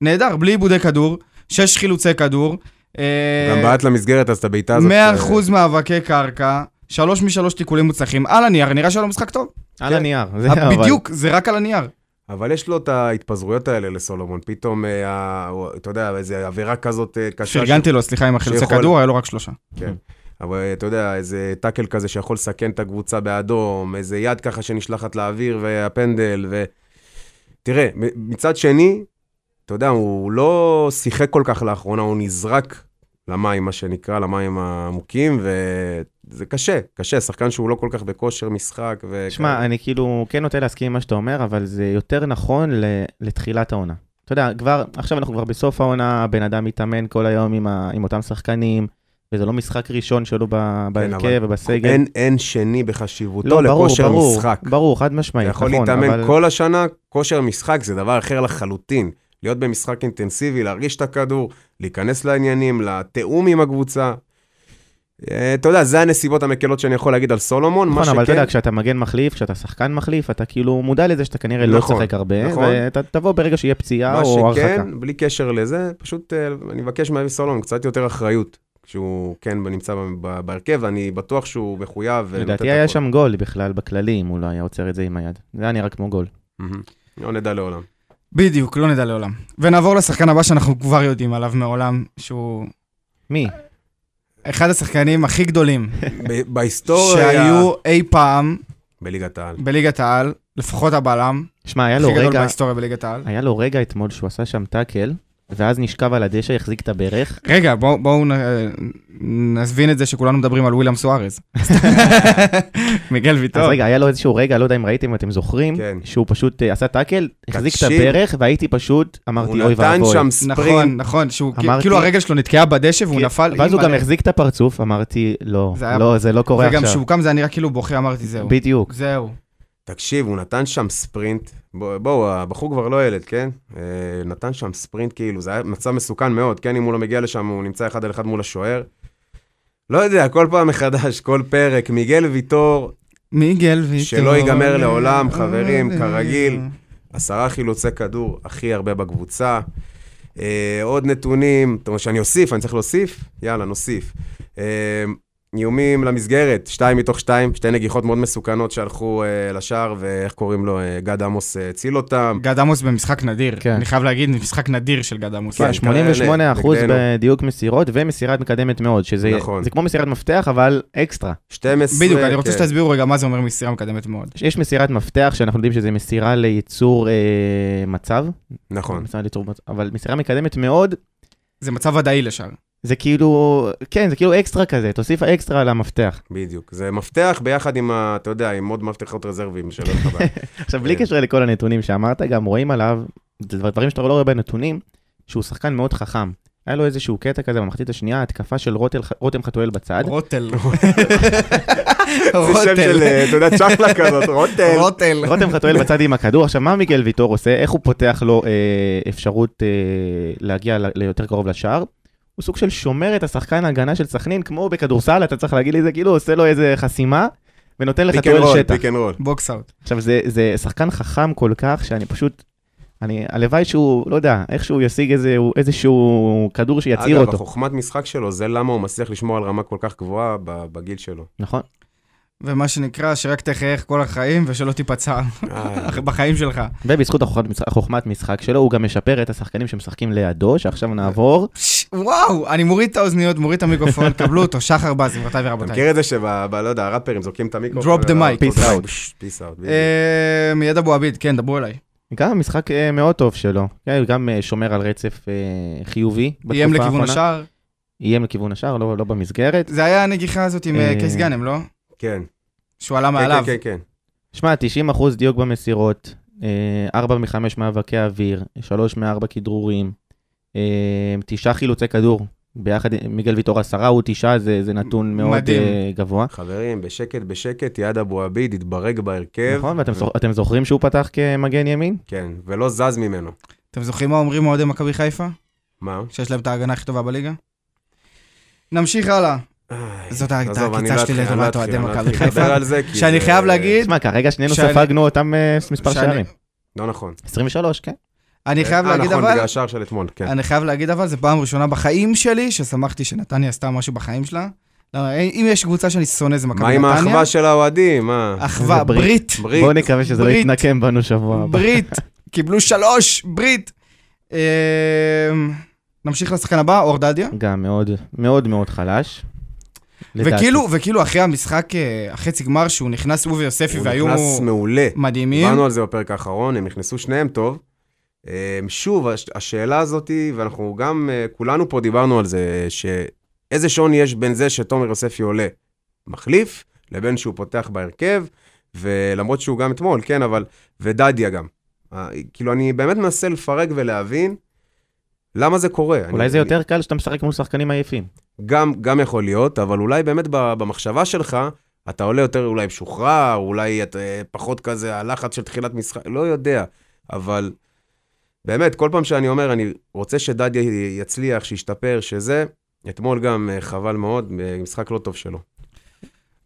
Speaker 1: נהדר, בלי עיבודי כדור, שש חילוצי כדור, אה,
Speaker 3: גם בעט למסגרת, אז את הבעיטה הזאת... אה,
Speaker 1: 100% מאבקי קרקע, שלוש משלוש תיקולים מוצלחים, על הנייר, נראה שהיה לו משחק
Speaker 3: <laughs>
Speaker 1: טוב.
Speaker 3: כן.
Speaker 2: על הנייר.
Speaker 3: אה,
Speaker 2: זה אבל-
Speaker 1: בדיוק, זה רק על הנייר.
Speaker 3: אבל יש לו את ההתפזרויות האלה לסולומון, פתאום, אה, ה- הוא- אתה יודע, איזו עבירה כזאת אה, קשה.
Speaker 1: פרגנתי לו, סליחה, עם החילוצי
Speaker 3: שיכול-
Speaker 1: כדור, היה לו רק שלושה.
Speaker 3: כן. אבל אה, אתה יודע, איזה טאקל כזה שיכול לסכן את הקבוצה באדום, איזה יד ככה שנשלחת לאוויר והפנדל, ו... תראה, מ- מצד שני, אתה יודע, הוא לא שיחק כל כך לאחרונה, הוא נזרק למים, מה שנקרא, למים העמוקים, וזה קשה, קשה, שחקן שהוא לא כל כך בכושר משחק. ו...
Speaker 2: שמע, אני כאילו כן נוטה להסכים עם מה שאתה אומר, אבל זה יותר נכון ל- לתחילת העונה. אתה יודע, כבר, עכשיו אנחנו כבר בסוף העונה, הבן אדם מתאמן כל היום עם, ה, עם אותם שחקנים, וזה לא משחק ראשון שלו ב- בהרכב
Speaker 3: כן, אבל-
Speaker 2: ובסגל.
Speaker 3: אין, אין שני בחשיבותו
Speaker 2: לא, ברור,
Speaker 3: לכושר
Speaker 2: ברור,
Speaker 3: משחק.
Speaker 2: ברור, חד
Speaker 3: אתה
Speaker 2: משמעית,
Speaker 3: יכול
Speaker 2: נכון.
Speaker 3: להתאמן
Speaker 2: אבל...
Speaker 3: כל השנה, כושר משחק זה דבר אחר לחלוטין. להיות במשחק אינטנסיבי, להרגיש את הכדור, להיכנס לעניינים, לתיאום עם הקבוצה. אה, אתה יודע, זה הנסיבות המקלות שאני יכול להגיד על סולומון, מה
Speaker 2: נכון, אבל אתה
Speaker 3: שכן,
Speaker 2: יודע, כשאתה מגן מחליף, כשאתה שחקן מחליף, אתה כאילו מודע לזה שאתה כנראה לא
Speaker 3: נכון,
Speaker 2: תשחק הרבה,
Speaker 3: נכון.
Speaker 2: ואתה תבוא ברגע שיהיה פציעה
Speaker 3: מה
Speaker 2: או הרחקה.
Speaker 3: שכן, בלי קשר לזה, פשוט אה, אני מבקש מאבי סולומון קצת יותר אחריות, כשהוא כן נמצא ב- ב- בהרכב, אני בטוח שהוא מחויב. ולתת
Speaker 2: לדעתי היה
Speaker 3: הכל.
Speaker 2: שם גול בכלל, בכללי, אם הוא לא היה עוצר את זה עם היד. זה היה נראה כמו גול.
Speaker 3: מהמם. לא נדע לעולם.
Speaker 1: בדיוק, לא נדע לעולם. ונעבור לשחקן הבא שאנחנו כבר יודעים עליו מעולם, שהוא
Speaker 2: מי?
Speaker 1: אחד השחקנים הכי גדולים
Speaker 3: ב-
Speaker 1: שהיו אי פעם
Speaker 3: בליגת העל.
Speaker 1: בליגת העל, לפחות הבלם,
Speaker 2: שמע, היה
Speaker 1: הכי
Speaker 2: לו
Speaker 1: גדול
Speaker 2: רגע...
Speaker 1: בהיסטוריה בליגת העל.
Speaker 2: היה לו רגע אתמול שהוא עשה שם טאקל, ואז נשכב על הדשא, החזיק את
Speaker 3: <laughs>
Speaker 2: הברך.
Speaker 1: רגע, בואו בוא, נבין את זה שכולנו מדברים על ווילם
Speaker 2: <laughs>
Speaker 1: סוארז. מיגל ויטור.
Speaker 2: אז רגע, היה לו איזשהו רגע, לא יודע אם ראיתם, אתם זוכרים,
Speaker 3: כן.
Speaker 2: שהוא פשוט אה, עשה טאקל, החזיק את
Speaker 3: תקשיב.
Speaker 2: הברך, והייתי פשוט, אמרתי,
Speaker 3: הוא
Speaker 2: אוי
Speaker 3: נתן
Speaker 2: ואבוי.
Speaker 3: שם ספרינט
Speaker 1: נכון, נכון, שהוא כ-
Speaker 2: אמרתי-
Speaker 1: כאילו הרגל שלו נתקעה בדשא והוא
Speaker 2: כן,
Speaker 1: נפל.
Speaker 2: ואז הוא גם
Speaker 1: אימא'לה.
Speaker 2: החזיק את הפרצוף, אמרתי, לא,
Speaker 1: זה היה-
Speaker 2: לא, זה לא קורה
Speaker 1: וגם
Speaker 2: עכשיו.
Speaker 1: כשהוא קם זה היה נראה כאילו הוא בוכה, אמרתי זהו.
Speaker 2: בדיוק.
Speaker 1: זהו.
Speaker 3: תקשיב, הוא נתן שם ספרינט. בוא- בואו, הבחור כבר לא ילד, כן? אה, נתן שם ספרינט, כאילו, זה היה מצב מסוכן מאוד, כן? אם הוא לא מגיע לשם, הוא נמצא אחד על אחד מול השוער. לא יודע, כל פעם מחדש, כל פרק, מיגל ויטור,
Speaker 1: מיגל ויטור.
Speaker 3: שלא ייגמר לעולם, חברים, כרגיל. עשרה חילוצי כדור, הכי הרבה בקבוצה. אה, עוד נתונים, זאת אומרת שאני אוסיף, אני צריך להוסיף? יאללה, נוסיף. אה, איומים למסגרת, שתיים מתוך שתיים, שתי נגיחות מאוד מסוכנות שהלכו אה, לשער, ואיך קוראים לו, אה, גד עמוס אה, הציל אותם.
Speaker 1: גד עמוס במשחק נדיר.
Speaker 2: כן.
Speaker 1: אני חייב להגיד, משחק נדיר של גד עמוס.
Speaker 3: כן.
Speaker 2: 88%
Speaker 3: נגדנו.
Speaker 2: בדיוק מסירות, ומסירת מקדמת מאוד, שזה
Speaker 3: נכון.
Speaker 2: זה כמו מסירת מפתח, אבל אקסטרה.
Speaker 3: 12...
Speaker 1: בדיוק, אני רוצה
Speaker 3: כן.
Speaker 1: שתסבירו רגע מה זה אומר מסירה מקדמת מאוד.
Speaker 2: יש מסירת מפתח, שאנחנו יודעים שזה מסירה ליצור אה, מצב,
Speaker 3: נכון.
Speaker 2: מסירה ליצור מצב, אבל מסירה מקדמת מאוד,
Speaker 1: זה מצב ודאי לשער.
Speaker 2: זה כאילו, כן, זה כאילו אקסטרה כזה, תוסיף אקסטרה על המפתח.
Speaker 3: בדיוק, זה מפתח ביחד עם, ה, אתה יודע, עם עוד מפתחות רזרבים שלא חבל.
Speaker 1: <laughs>
Speaker 2: עכשיו, בלי
Speaker 3: כן.
Speaker 2: קשר לכל הנתונים שאמרת, גם רואים עליו, זה דבר- דברים שאתה לא רואה בנתונים, שהוא שחקן מאוד חכם. היה לו איזשהו קטע כזה במחצית השנייה, התקפה של רוטל- רותם חתואל בצד.
Speaker 3: <laughs>
Speaker 1: רוטל.
Speaker 3: זה שם של, אה, אתה יודע, צ'חלה כזאת, רוטל.
Speaker 1: רוטל.
Speaker 2: רותם
Speaker 3: <laughs>
Speaker 2: חתואל בצד עם הכדור. עכשיו, מה מיגל ויטור עושה? איך הוא פותח לו אה, אפשרות אה, להגיע ל- ליותר קרוב לשער? הוא סוג של שומר את השחקן ההגנה של סכנין, כמו בכדורסל, אתה צריך להגיד לי זה, כאילו עושה לו איזה חסימה, ונותן
Speaker 3: פיק אנד
Speaker 2: לחתואל
Speaker 3: רול,
Speaker 2: שטח.
Speaker 3: פיק אנד רול.
Speaker 1: בוקסאוט.
Speaker 2: עכשיו, זה, זה שחקן חכם כל כך, שאני פשוט... אני, הלוואי שהוא, לא יודע, איכשהו ישיג איזה, איזשהו כדור שיצעיר
Speaker 3: אגב,
Speaker 2: אותו,
Speaker 3: החוכמת משחק שלו, זה למה הוא מצליח לשמור על רמה כל כך גבוהה ב- בגיל
Speaker 1: <laughs>
Speaker 3: שלו.
Speaker 2: נכון?
Speaker 1: ומה שנקרא, שרק תחייך כל החיים ושלא תיפצע
Speaker 3: אה,
Speaker 1: בחיים שלך.
Speaker 2: ובזכות החוכמת משחק- החוכמת משחק שלו, הוא גם משפר את השחקנים שמשחקים לידו, שעכשיו נעבור.
Speaker 1: פש, וואו, אני מוריד את האוזניות, מוריד את המיקרופון, קבלו אותו, <laughs> שחר בז, גבירותיי
Speaker 3: אתה
Speaker 1: ורבותיי.
Speaker 3: מכיר את זה שב... ב- לא יודע, הראפרים זורקים את המיקרופון. אה,
Speaker 1: Drop the mic.
Speaker 2: Peace out.
Speaker 3: פיס אאוט.
Speaker 1: אה, מיד אבו עביד, כן, דברו אליי.
Speaker 2: גם משחק אה, מאוד טוב שלו, כן, גם אה, שומר על רצף אה, חיובי. בתקופה
Speaker 1: איים לכיוון
Speaker 2: האחרונה.
Speaker 1: השער.
Speaker 2: איים לכיוון השער, לא לא במסגרת.
Speaker 1: זה היה הנגיחה הזאת עם
Speaker 2: אה,
Speaker 1: אה, קייס גאנם, לא?
Speaker 3: כן.
Speaker 1: שהוא עלה
Speaker 3: כן,
Speaker 1: מעליו.
Speaker 3: כן, כן.
Speaker 2: שמע, 90% דיוק במסירות, 4 מ-5 מאבקי אוויר, 3 מ-4 כדרורים, 9 חילוצי כדור, ביחד עם מיגל ויטור 10 הוא 9, זה זה נתון מאוד
Speaker 1: מדהים.
Speaker 2: אה, גבוה.
Speaker 3: חברים, בשקט, בשקט, יעד אבו עביד התברג בהרכב.
Speaker 1: כן.
Speaker 2: נכון, ואתם
Speaker 3: ו-
Speaker 2: זוכ- אתם זוכרים שהוא פתח כמגן ימין?
Speaker 3: כן, ולא זז ממנו.
Speaker 1: אתם זוכרים מה אומרים אוהדי מכבי חיפה?
Speaker 3: מה?
Speaker 1: שיש להם את ההגנה הכי טובה בליגה? נמשיך הלאה.
Speaker 3: איי,
Speaker 1: זאת הייתה
Speaker 3: עזוב, אני
Speaker 1: הקיצה
Speaker 3: לא
Speaker 1: שלי
Speaker 3: אתחיל- אני לא
Speaker 1: לטובת אוהדי
Speaker 3: אתחיל- אני לא
Speaker 1: מכבי
Speaker 3: אתחיל אה, לדבר
Speaker 1: חיפה,
Speaker 3: על זה, כי
Speaker 1: שאני
Speaker 3: זה-
Speaker 1: חייב להגיד,
Speaker 2: תשמע, כרגע שנינו
Speaker 1: כן. שאני-
Speaker 2: ספגנו אותם אה, מספר
Speaker 1: שאני-
Speaker 2: שערים.
Speaker 3: לא נכון.
Speaker 2: לא 23, כן.
Speaker 1: אני חייב
Speaker 3: אה,
Speaker 1: להגיד
Speaker 3: נכון,
Speaker 1: אבל, אה,
Speaker 3: בגלל השער של אתמול, כן.
Speaker 1: אני חייב להגיד אבל, זו פעם ראשונה בחיים שלי ששמחתי שנתניה עשתה משהו בחיים שלה. לא, אם יש קבוצה שאני שונא זה מכבי
Speaker 3: מה
Speaker 1: נתניה. אה,
Speaker 3: עם האחווה של האוהדים? מה?
Speaker 1: אחווה,
Speaker 2: איזה ברית.
Speaker 1: ברית.
Speaker 3: ברית.
Speaker 2: בואו נקווה שזה לא
Speaker 1: ברית.
Speaker 2: יתנקם בנו שבוע הבא.
Speaker 1: ברית. קיבלו שלוש, ברית. אמ, נמשיך לשחקן הבא, אור דדיה.
Speaker 2: גם מאוד, מאוד מאוד חלש. לדעתי.
Speaker 1: וכאילו, וכאילו אחרי המשחק, אה, החצי גמר שהוא נכנס, הוא ויוספי
Speaker 3: הוא
Speaker 1: והיו
Speaker 3: נכנס מעולה.
Speaker 1: מדהימים.
Speaker 3: דיברנו על זה בפרק האחרון, הם נכנסו שניהם טוב. אה, שוב, הש- השאלה הזאתי, ואנחנו גם, אה, כולנו פה דיברנו על זה, אה, שאיזה שוני יש בין זה שתומר יוספי עולה מחליף, לבין שהוא פותח בהרכב, ולמרות שהוא גם אתמול, כן, אבל, ודדיה גם. אה, כאילו, אני באמת מנסה לפרק ולהבין למה זה קורה.
Speaker 2: אולי
Speaker 3: אני-
Speaker 2: זה יותר קל שאתה משחק מול שחקנים עייפים.
Speaker 3: גם, גם יכול להיות, אבל אולי באמת ב- במחשבה שלך, אתה עולה יותר אולי משוחרר, אולי אתה אה, פחות כזה, הלחץ של תחילת משחק, לא יודע. אבל באמת, כל פעם שאני אומר, אני רוצה שדדיה י- יצליח, שישתפר, שזה, אתמול גם אה, חבל מאוד, אה, משחק לא טוב שלו.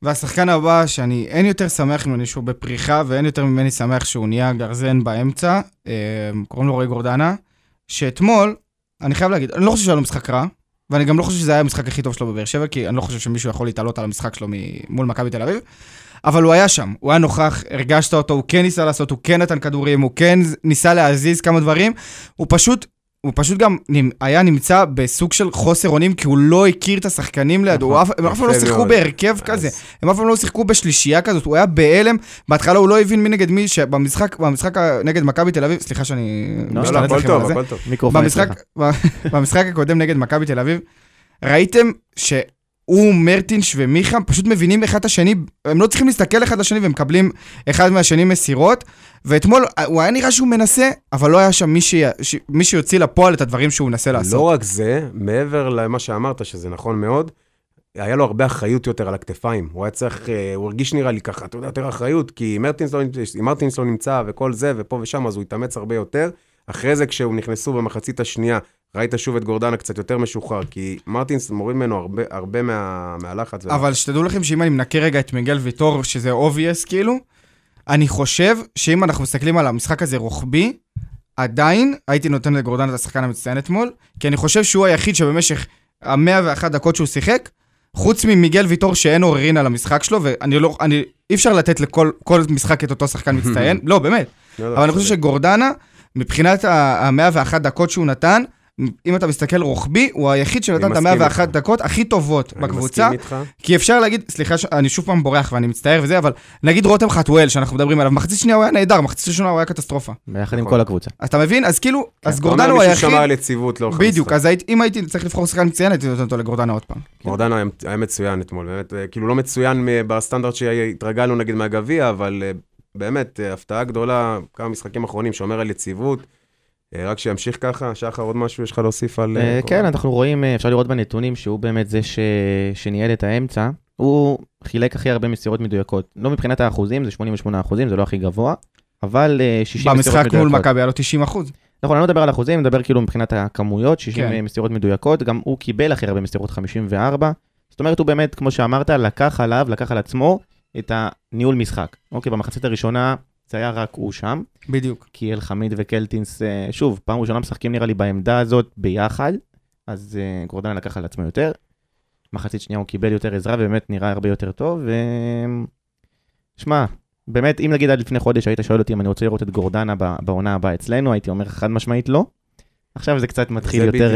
Speaker 1: והשחקן הבא, שאני, אין יותר שמח ממני שהוא בפריחה, ואין יותר ממני שמח שהוא נהיה גרזן באמצע, אה, קוראים לו רועי גורדנה, שאתמול, אני חייב להגיד, אני לא חושב שהיה לו משחק רע, ואני גם לא חושב שזה היה המשחק הכי טוב שלו בבאר שבע, כי אני לא חושב שמישהו יכול להתעלות על המשחק שלו מ- מול מכבי תל אביב, אבל הוא היה שם, הוא היה נוכח, הרגשת אותו, הוא כן ניסה לעשות, הוא כן נתן כדורים, הוא כן ניסה להזיז כמה דברים, הוא פשוט... הוא פשוט גם נמ- היה נמצא בסוג של חוסר אונים, כי הוא לא הכיר את השחקנים לידו,
Speaker 2: נכון,
Speaker 1: הוא אף- הם אף פעם לא
Speaker 3: יפה
Speaker 1: שיחקו
Speaker 3: מאוד.
Speaker 1: בהרכב כזה.
Speaker 3: אז
Speaker 1: הם אף פעם לא שיחקו בשלישייה כזאת, הוא היה בהלם. בהתחלה הוא לא הבין מי נגד מי, שבמשחק, במשחק ה- נגד מכבי תל אביב, סליחה שאני...
Speaker 2: לא,
Speaker 3: לא,
Speaker 1: משתלט
Speaker 3: לא, הכל
Speaker 1: לכם על
Speaker 3: טוב,
Speaker 1: זה.
Speaker 3: הכל טוב.
Speaker 2: מיקרופון
Speaker 1: במשחק,
Speaker 2: אצלך.
Speaker 1: <laughs> במשחק הקודם נגד מכבי תל אביב, ראיתם שהוא, מרטינש ומיכה פשוט מבינים אחד את השני, הם לא צריכים להסתכל אחד לשני ומקבלים אחד מהשני מסירות, ואתמול אה, הוא היה נראה שהוא מנסה, אבל לא היה שם מי, ש... ש... מי שיוציא לפועל את הדברים שהוא מנסה לעשות.
Speaker 3: לא רק זה, מעבר למה שאמרת, שזה נכון מאוד, היה לו הרבה אחריות יותר על הכתפיים. הוא היה צריך, אה, הוא הרגיש נראה לי ככה, אתה יודע, יותר אחריות, כי אם מרטינס, לא, נמצא- אם מרטינס לא נמצא וכל זה ופה ושם, אז הוא התאמץ הרבה יותר. אחרי זה, כשהם נכנסו במחצית השנייה, ראית שוב את גורדנה קצת יותר משוחרר, כי מרטינס מוריד ממנו הרבה, הרבה מה, מהלחץ. וה-
Speaker 1: אבל שתדעו לכם שאם אני מנקה רגע את מיגל ויטור, שזה obvious כאילו, אני חושב שאם אנחנו מסתכלים על המשחק הזה רוחבי, עדיין הייתי נותן לגורדן את השחקן המצטיין אתמול, כי אני חושב שהוא היחיד שבמשך ה-101 דקות שהוא שיחק, חוץ ממיגל ויטור שאין עוררין על המשחק שלו, ואני לא, אני, אי אפשר לתת לכל כל משחק את אותו שחקן
Speaker 3: <laughs>
Speaker 1: מצטיין, לא באמת,
Speaker 3: לא, לא,
Speaker 1: אבל אני
Speaker 3: צודק.
Speaker 1: חושב שגורדנה, מבחינת ה-101 דקות שהוא נתן, אם אתה מסתכל רוחבי, הוא היחיד שנתן
Speaker 3: אני
Speaker 1: את
Speaker 3: מסכים
Speaker 1: ה-101
Speaker 3: איתך.
Speaker 1: דקות הכי טובות
Speaker 3: אני
Speaker 1: בקבוצה.
Speaker 3: מסכים איתך.
Speaker 1: כי אפשר להגיד, סליחה שאני שוב פעם בורח ואני מצטער וזה, אבל נגיד רותם חתואל שאנחנו מדברים עליו, מחצית שנייה הוא היה נהדר, מחצית ראשונה הוא היה קטסטרופה.
Speaker 2: ביחד עם
Speaker 3: נכון.
Speaker 2: כל הקבוצה.
Speaker 1: אז אתה מבין? אז כאילו, אז
Speaker 3: אתה אומר,
Speaker 1: גורדן הוא
Speaker 3: כן, מישהו
Speaker 1: היחיד,
Speaker 3: שמר על יציבות לאורך
Speaker 1: בדיוק,
Speaker 3: המשחק.
Speaker 1: אז היית- אם הייתי צריך לבחור שחקן מצוין, הייתי נותן אותו לגורדן עוד פעם.
Speaker 3: גורדנה היה- היה מצוין אתמול, באמת, אה, כאילו לא מצוין מ- בסטנדרט שהתרגלנו נגיד מהגביע, אבל אה, באמת, אה, הפתעה גדולה, כמה משחקים אחרונים, שומר על יציבות, אה, רק שימשיך ככה. שחר, עוד משהו יש לך להוסיף על... אה,
Speaker 2: אה,
Speaker 3: כל-
Speaker 2: כן, אנחנו רואים, אה, אפשר לראות בנתונים שהוא באמת זה ש- שניהל את האמצע. הוא חילק הכי הרבה מסירות מדויקות. לא מבחינת האחוזים, זה 88 אחוזים, זה לא הכי גבוה, אבל אה, 60 מסירות
Speaker 1: במשחק
Speaker 2: מדויקות.
Speaker 1: מול מכבי היה לו 90 אחוז.
Speaker 2: נכון, אני לא מדבר על אחוזים, אני מדבר כאילו מבחינת הכמויות, 60
Speaker 1: כן.
Speaker 2: כן. מסירות מדויקות, גם הוא קיבל הכי הרבה מסירות 54. זאת אומרת, הוא באמת, כמו שאמרת, לקח עליו, לקח על עצמו את הניהול משחק. אוקיי, במחצית הראשונה זה היה רק הוא שם,
Speaker 1: בדיוק.
Speaker 2: כי אלחמיד וקלטינס, אה, שוב, פעם ראשונה משחקים נראה לי בעמדה הזאת ביחד, אז אה, גורדן לקח על עצמו יותר. מחצית שנייה הוא קיבל יותר עזרה ובאמת נראה הרבה יותר טוב. ו... שמע, באמת, אם נגיד עד לפני חודש היית שואל אותי אם אני רוצה לראות את גורדנה ב- בעונה הבאה אצלנו, הייתי אומר חד משמעית לא. עכשיו זה קצת מתחיל
Speaker 3: זה
Speaker 2: יותר...
Speaker 3: בדיוק-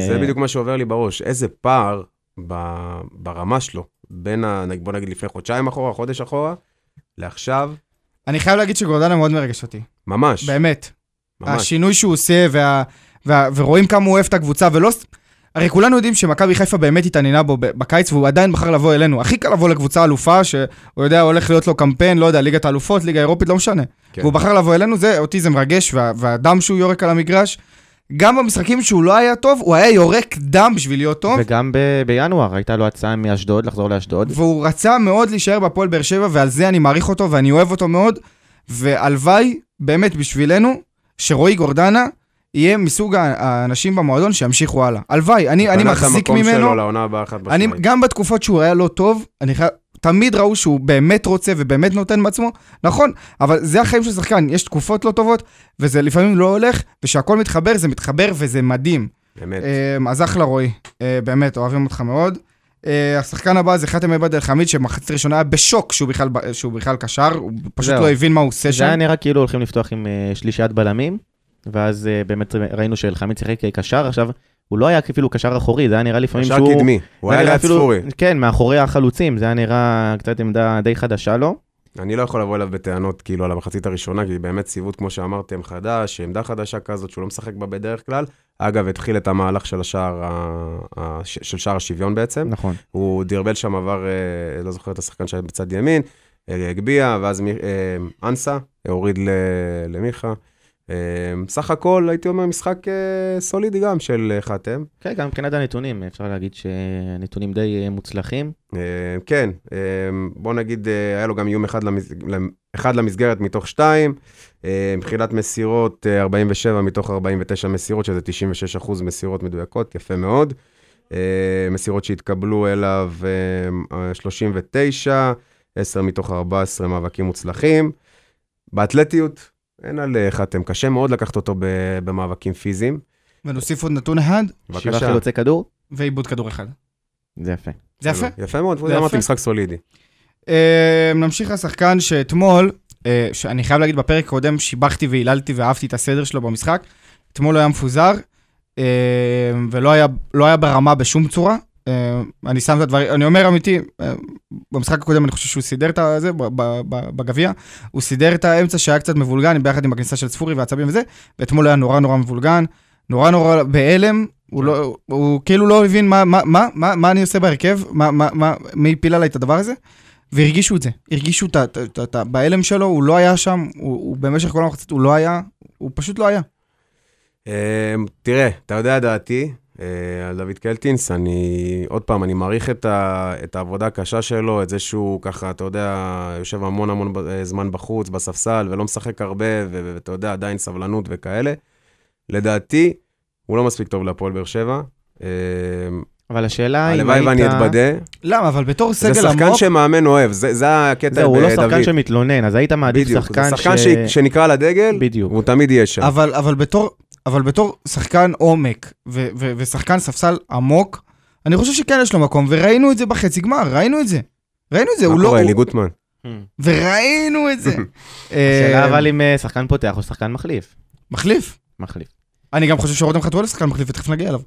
Speaker 2: אה,
Speaker 3: זה בדיוק מה שעובר לי בראש, איזה פער ב- ברמה שלו, בין, ה- נג- בוא נגיד לפני חודשיים אחורה, חודש אחורה, לעכשיו,
Speaker 1: אני חייב להגיד שגורדנה מאוד מרגש אותי,
Speaker 3: ממש,
Speaker 1: באמת.
Speaker 3: ממש.
Speaker 1: השינוי שהוא עושה, וה, וה, ורואים כמה הוא אוהב את הקבוצה, ולא... ס- הרי כולנו יודעים שמכבי חיפה באמת התעניינה בו ב- בקיץ, והוא עדיין בחר לבוא אלינו. הכי קל לבוא לקבוצה אלופה, שהוא יודע, הולך להיות לו קמפיין, לא יודע, ליגת האלופות, ליגה אירופית, לא משנה.
Speaker 3: כן.
Speaker 1: והוא בחר לבוא אלינו, זה, אותי זה מרגש, וה, והדם שהוא יורק על המגרש, גם במשחקים שהוא לא היה טוב, הוא היה יורק דם בשביל להיות טוב.
Speaker 2: וגם ב- בינואר הייתה לו הצעה מאשדוד, לחזור לאשדוד.
Speaker 1: והוא רצה מאוד להישאר בהפועל באר שבע, ועל זה אני מעריך אותו ואני אוהב אותו מאוד. והלוואי, באמת בשבילנו, שרועי גורדנה יהיה מסוג ה- האנשים במועדון שימשיכו הלאה. הלוואי, אני, אני
Speaker 3: קנה את
Speaker 1: מחזיק
Speaker 3: המקום
Speaker 1: ממנו.
Speaker 3: שלו לעונה הבאה חד
Speaker 1: אני,
Speaker 3: משמעית.
Speaker 1: גם בתקופות שהוא היה לא טוב, אני חייב... תמיד ראו שהוא באמת רוצה ובאמת נותן מעצמו, נכון, אבל זה החיים של שחקן, יש תקופות לא טובות, וזה לפעמים לא הולך, וכשהכול מתחבר, זה מתחבר וזה מדהים.
Speaker 3: באמת.
Speaker 2: כן.
Speaker 1: אמ, אז אחלה רועי, אה, באמת, אוהבים אותך מאוד. אה, השחקן הבא זה חתם עבד אל חמיד, שמחצית ראשונה היה בשוק שהוא בכלל ב- שהוא בכלל קשר, הוא פשוט
Speaker 2: זהו.
Speaker 1: לא הבין מה הוא עושה
Speaker 2: זה היה
Speaker 1: שם.
Speaker 2: נראה כאילו הולכים לפתוח עם אה, שלישיית בלמים, ואז אה, באמת ראינו שאלחמיד שיחק כקשר, עכשיו, הוא לא היה אפילו קשר אחורי, זה היה נראה לפעמים
Speaker 3: קשר
Speaker 2: שהוא...
Speaker 3: קדמי, הוא
Speaker 2: זה
Speaker 3: היה ליד
Speaker 2: אפילו-
Speaker 3: ספורי.
Speaker 2: כן, מאחורי החלוצים, זה היה נראה קצת עמדה די חדשה לו.
Speaker 3: אני לא יכול לבוא אליו בטענות כאילו על המחצית הראשונה, כי באמת סיבוב, כמו שאמרתם, חדש, עמדה חדשה כזאת שהוא לא משחק בה בדרך כלל. אגב, התחיל את המהלך של השער, ה- ה- ש- של שער השוויון בעצם.
Speaker 2: נכון.
Speaker 3: הוא דרבל שם, עבר, אה, לא זוכר את השחקן שהיה בצד ימין, אה, הגביה, ואז מי- אה, אנסה, אה, הוריד ל- למיכה. אה, סך הכל, הייתי אומר, משחק אה, סולידי גם של אה, חתם.
Speaker 2: כן, גם מבחינת הנתונים, אפשר להגיד שנתונים די אה, מוצלחים.
Speaker 3: אה, כן, אה, בוא נגיד, אה, היה לו גם איום אחד, למס... למ- אחד למסגרת מתוך שתיים. אה, מבחינת מסירות, אה, 47 מתוך 49 מסירות, שזה 96% מסירות מדויקות, יפה מאוד. אה, מסירות שהתקבלו אליו אה, אה, 39, 10 מתוך 14 מאבקים מוצלחים. באתלטיות, אין על אה, חתם, קשה מאוד לקחת אותו ב- במאבקים פיזיים.
Speaker 1: ונוסיף עוד נתון אחד,
Speaker 2: שבעה
Speaker 3: בבקשה.
Speaker 2: חילוצי כדור,
Speaker 1: ועיבוד כדור אחד.
Speaker 2: זה לא- יפה.
Speaker 1: זה יפה.
Speaker 3: יפה מאוד,
Speaker 1: זה
Speaker 3: אמרתי
Speaker 1: יפה.
Speaker 3: משחק סולידי.
Speaker 1: אה, נמשיך לשחקן שאתמול, אה, שאני חייב להגיד, בפרק הקודם שיבחתי והיללתי ואהבתי את הסדר שלו במשחק. אתמול הוא היה מפוזר, אה, ולא היה, לא היה ברמה בשום צורה. אה, אני שם את הדברים, אני אומר אמיתי, אה, במשחק הקודם אני חושב שהוא סידר את זה, ב- ב- ב- בגביע, הוא סידר את האמצע שהיה קצת מבולגן, ביחד עם הכניסה של צפורי והעצבים וזה, ואתמול היה נורא נורא מבולגן, נורא נורא בהלם, הוא, לא, הוא כאילו לא הבין מה, מה, מה, מה, מה אני עושה בהרכב, מה, מה, מה, מי הפיל עליי את הדבר הזה, והרגישו את זה, הרגישו את ה- את ה- את ה- את ה- בהלם שלו, הוא לא היה שם, הוא, הוא במשך כל המחצית, הוא לא היה, הוא פשוט לא היה.
Speaker 3: אה, תראה, אתה יודע דעתי אה, על דוד קלטינס, אני, עוד פעם, אני מעריך את, ה, את העבודה הקשה שלו, את זה שהוא ככה, אתה יודע, יושב המון המון ב- אה, זמן בחוץ, בספסל, ולא משחק הרבה, ו- ו- ואתה יודע, עדיין סבלנות וכאלה. לדעתי, הוא לא מספיק טוב להפועל באר שבע. אה,
Speaker 2: אבל השאלה אם היית...
Speaker 3: הלוואי ואני אתבדה.
Speaker 1: למה? אבל בתור סגל
Speaker 3: זה
Speaker 1: עמוק...
Speaker 3: שחקן שמאמן אוהב, זה זה הקטע
Speaker 2: זהו, הוא לא
Speaker 3: בדוד.
Speaker 2: שחקן שמתלונן, אז היית מעדיף
Speaker 3: בדיוק,
Speaker 2: שחקן
Speaker 3: זה
Speaker 2: ש...
Speaker 3: שחקן ש- שנקרא לדגל,
Speaker 2: בדיוק.
Speaker 3: הוא תמיד יהיה שם.
Speaker 1: אבל, אבל, בתור, אבל בתור שחקן עומק ו- ו- ושחקן ספסל עמוק, אני חושב שכן יש לו מקום, וראינו את זה בחצי גמר, ראינו את זה. ראינו את זה, הוא
Speaker 3: מה
Speaker 1: לא...
Speaker 3: קורה,
Speaker 1: הוא-
Speaker 3: אלי גוטמן?
Speaker 1: וראינו
Speaker 3: <laughs>
Speaker 1: את זה.
Speaker 2: Hmm. השאלה
Speaker 1: אה,
Speaker 2: אבל אם אה, שחקן פותח או שחקן מחליף.
Speaker 1: מחליף.
Speaker 2: מחליף.
Speaker 1: אני גם חושב שרותם חתואל שחקן מחליף, ותכף נגיע אליו.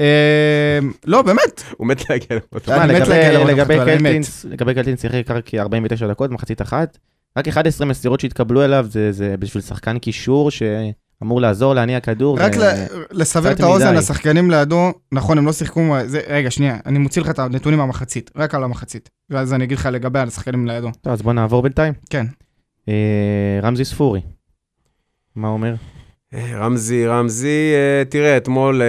Speaker 1: אה, לא, באמת.
Speaker 3: הוא מת להגיע לאותו.
Speaker 1: אני
Speaker 2: תשמע,
Speaker 1: מת להגיע
Speaker 2: לגבי-
Speaker 1: לרותם
Speaker 2: לגבי
Speaker 1: חתואל, אני מת.
Speaker 2: קלטינס, לגבי קלטינס שיחק רק כ-49 דקות, מחצית אחת. רק 11 מסירות שהתקבלו אליו, זה- זה בשביל שחקן קישור שאמור לעזור להניע כדור. אה,
Speaker 1: רק
Speaker 2: זה-
Speaker 3: אה,
Speaker 1: ל- לסבר את
Speaker 2: קצת
Speaker 1: האוזן,
Speaker 2: מדי.
Speaker 1: השחקנים לידו, נכון, הם לא שיחקו... זה- רגע, שנייה, אני מוציא לך את הנתונים מהמחצית, רק על המחצית. ואז אני אגיד לך לגבי השחקנים לידו.
Speaker 2: טוב, אז בוא נעבור בינתיים.
Speaker 1: כן.
Speaker 2: אה, רמזי ספורי. מה אומר?
Speaker 3: אה, רמזי, רמזי, אה, תראה, אתמול אה,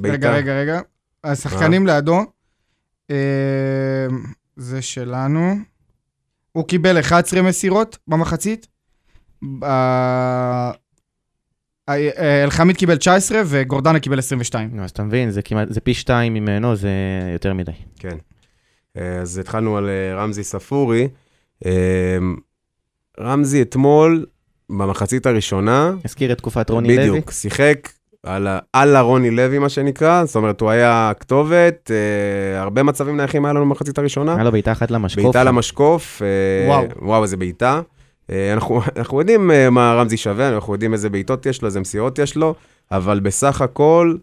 Speaker 3: ביתר.
Speaker 1: רגע, רגע, רגע. השחקנים לידו, אה, זה שלנו. הוא קיבל 11 מסירות במחצית. אה, אה, אלחמיד קיבל 19 וגורדנה קיבל 22.
Speaker 2: נו, אז אתה מבין, זה כמעט, זה פי שתיים ממנו, זה יותר מדי.
Speaker 3: כן. אה, אז התחלנו על אה, רמזי ספורי. אה, רמזי אתמול, במחצית הראשונה,
Speaker 2: הזכיר את תקופת רוני לוי.
Speaker 3: בדיוק, שיחק על, ה- על הרוני לוי, מה שנקרא, זאת אומרת, הוא היה הכתובת, אה, הרבה מצבים נייחים היה לנו במחצית הראשונה.
Speaker 2: היה לו בעיטה אחת למשקוף.
Speaker 3: בעיטה למשקוף, אה,
Speaker 1: וואו.
Speaker 3: וואו, איזה בעיטה. אה, אנחנו, <laughs> אנחנו יודעים אה, מה רמזי שווה, אנחנו יודעים איזה בעיטות יש לו, איזה מסירות יש לו, אבל בסך הכל,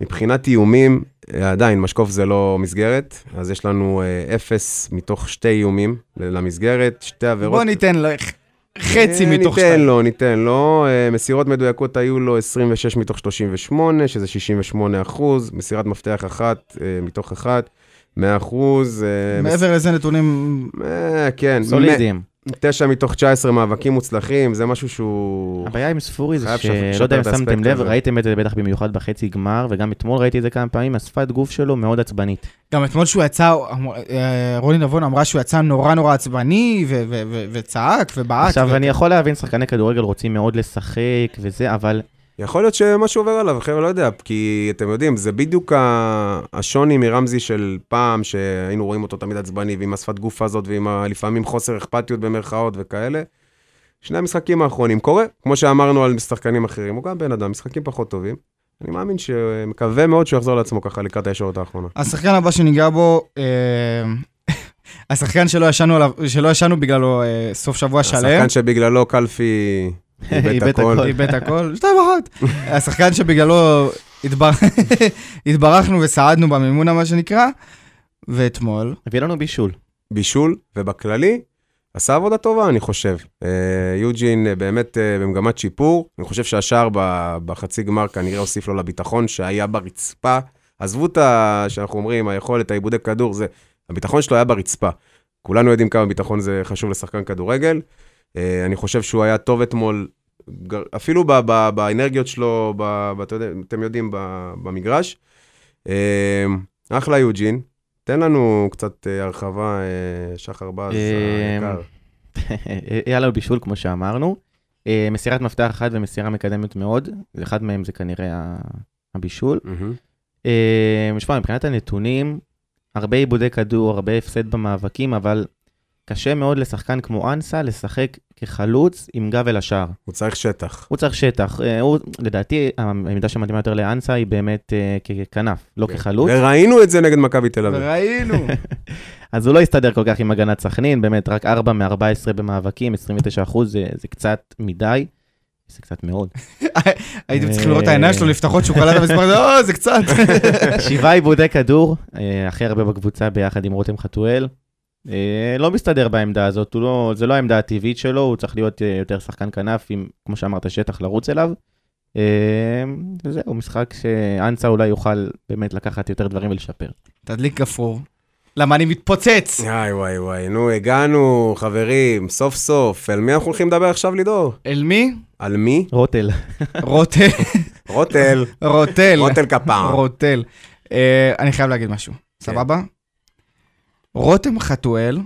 Speaker 3: מבחינת איומים, אה, עדיין, משקוף זה לא מסגרת, אז יש לנו אה, אפס מתוך שתי איומים ל- למסגרת, שתי עבירות.
Speaker 1: בוא ניתן לו ח- חצי
Speaker 3: אה,
Speaker 1: מתוך
Speaker 3: ניתן
Speaker 1: שתיים.
Speaker 3: לו, ניתן לו. אה, מסירות מדויקות היו לו 26 מתוך 38, שזה 68 אחוז, מסירת מפתח אחת אה, מתוך אחת, 100 אחוז. אה, מס-
Speaker 1: מעבר לזה נתונים...
Speaker 3: אה, כן,
Speaker 2: סולידיים.
Speaker 3: מ- תשע מתוך 19 מאבקים מוצלחים, זה משהו שהוא...
Speaker 2: הבעיה עם ספורי זה
Speaker 3: חייב לשפר
Speaker 2: שלא יודע אם
Speaker 3: את האספקט
Speaker 2: שמתם לב,
Speaker 3: הזה.
Speaker 2: ראיתם את זה בטח במיוחד בחצי גמר, וגם אתמול ראיתי את זה כמה פעמים, השפת גוף שלו מאוד עצבנית.
Speaker 1: גם אתמול שהוא יצא, אמר- אה, רוני נבון אמרה שהוא יצא נורא נורא עצבני, ו- ו- ו- וצעק ובעט.
Speaker 2: עכשיו,
Speaker 1: ו-
Speaker 2: אני יכול להבין, שחקני כדורגל רוצים מאוד לשחק וזה, אבל
Speaker 3: יכול להיות שמשהו עובר עליו, חבר'ה, לא יודע, כי אתם יודעים, זה בדיוק ה- השוני מרמזי של פעם, שהיינו רואים אותו תמיד עצבני, ועם השפת גוף הזאת, ועם ה- לפעמים חוסר אכפתיות במרכאות וכאלה. שני המשחקים האחרונים קורה, כמו שאמרנו על שחקנים אחרים, הוא גם בן אדם, משחקים פחות טובים. אני מאמין ש... מקווה מאוד שהוא יחזור לעצמו ככה לקראת הישורת האחרונה.
Speaker 1: השחקן הבא שניגע בו, אה, <laughs> השחקן שלא ישנו עליו, שלא ישנו בגללו אה, סוף שבוע שלם.
Speaker 3: השחקן שבגללו קלפי <laughs> איבד הכל.
Speaker 1: איבד הכל, <laughs> שתיים אחת. השחקן שבגללו התבר- <laughs> התברכנו וסעדנו במימונה, מה שנקרא, ואתמול,
Speaker 2: הביא לנו בישול. <laughs>
Speaker 3: בישול, ובכללי, עשה עבודה טובה, אני חושב. אה, יוג'ין אה, באמת אה, במגמת שיפור. אני חושב שהשער ב- בחצי גמר כנראה הוסיף לו לביטחון שהיה ברצפה. עזבו את ה... שאנחנו אומרים, היכולת, העיבודי כדור, זה... הביטחון שלו היה ברצפה. כולנו יודעים כמה ביטחון זה חשוב לשחקן כדורגל. אה, אני חושב שהוא היה טוב אתמול, גר- אפילו ב- ב- באנרגיות שלו, ב- ב- אתה יודע- אתם יודעים, ב- במגרש. אה, אחלה יוג'ין. תן לנו קצת אה, הרחבה, אה, שחר בז
Speaker 2: אה,
Speaker 3: היקר.
Speaker 2: היה לו בישול, כמו שאמרנו. אה, מסירת מפתח אחת ומסירה מקדמת מאוד, אחד מהם זה כנראה ה- הבישול.
Speaker 3: מהמם.
Speaker 2: אה, שמע, מבחינת הנתונים, הרבה עיבודי כדור, הרבה הפסד במאבקים, אבל קשה מאוד לשחקן כמו אנסה לשחק כחלוץ עם גב אל השער.
Speaker 3: הוא צריך שטח.
Speaker 2: הוא צריך שטח. אה, הוא, לדעתי, העמדה שמתאימה יותר לאנסה היא באמת אה, כ- ככנף,
Speaker 3: כן.
Speaker 2: לא כחלוץ.
Speaker 3: וראינו את זה נגד מכבי תל
Speaker 2: לא,
Speaker 3: אביב.
Speaker 1: ראינו.
Speaker 2: אה. אז הוא לא הסתדר כל כך עם הגנת סכנין, באמת, רק 4 מ-14 במאבקים, 29 אחוז, זה, זה קצת מדי. זה קצת מאוד. <laughs>
Speaker 1: הייתם צריכים לראות את העיניים שלו נפתחות שהוא קלט את המספר הזה, או, זה
Speaker 2: <laughs>
Speaker 1: קצת.
Speaker 2: שבעה עיבודי כדור, אה, הכי הרבה בקבוצה ביחד עם רותם חתואל. אה, לא מסתדר בעמדה הזאת, הוא לא, זה לא העמדה הטבעית שלו, הוא צריך להיות אה, יותר שחקן כנף עם, כמו שאמרת, שטח לרוץ אליו. אה, וזהו, משחק שאנסה אולי יוכל באמת לקחת יותר דברים ולשפר.
Speaker 1: תדליק גפרור. למה אני
Speaker 2: אה.
Speaker 1: מתפוצץ?
Speaker 3: וואי וואי וואי, נו, הגענו, חברים, סוף סוף. על מי אנחנו הולכים לדבר עכשיו, לידור?
Speaker 1: אל מי?
Speaker 3: על מי?
Speaker 2: רוטל,
Speaker 1: רוטל.
Speaker 3: רוטל.
Speaker 1: <laughs> רוטל.
Speaker 3: רוטל כפר. כן.
Speaker 1: רוטל. אה, אני חייב להגיד משהו, סבבה? רותם חתואל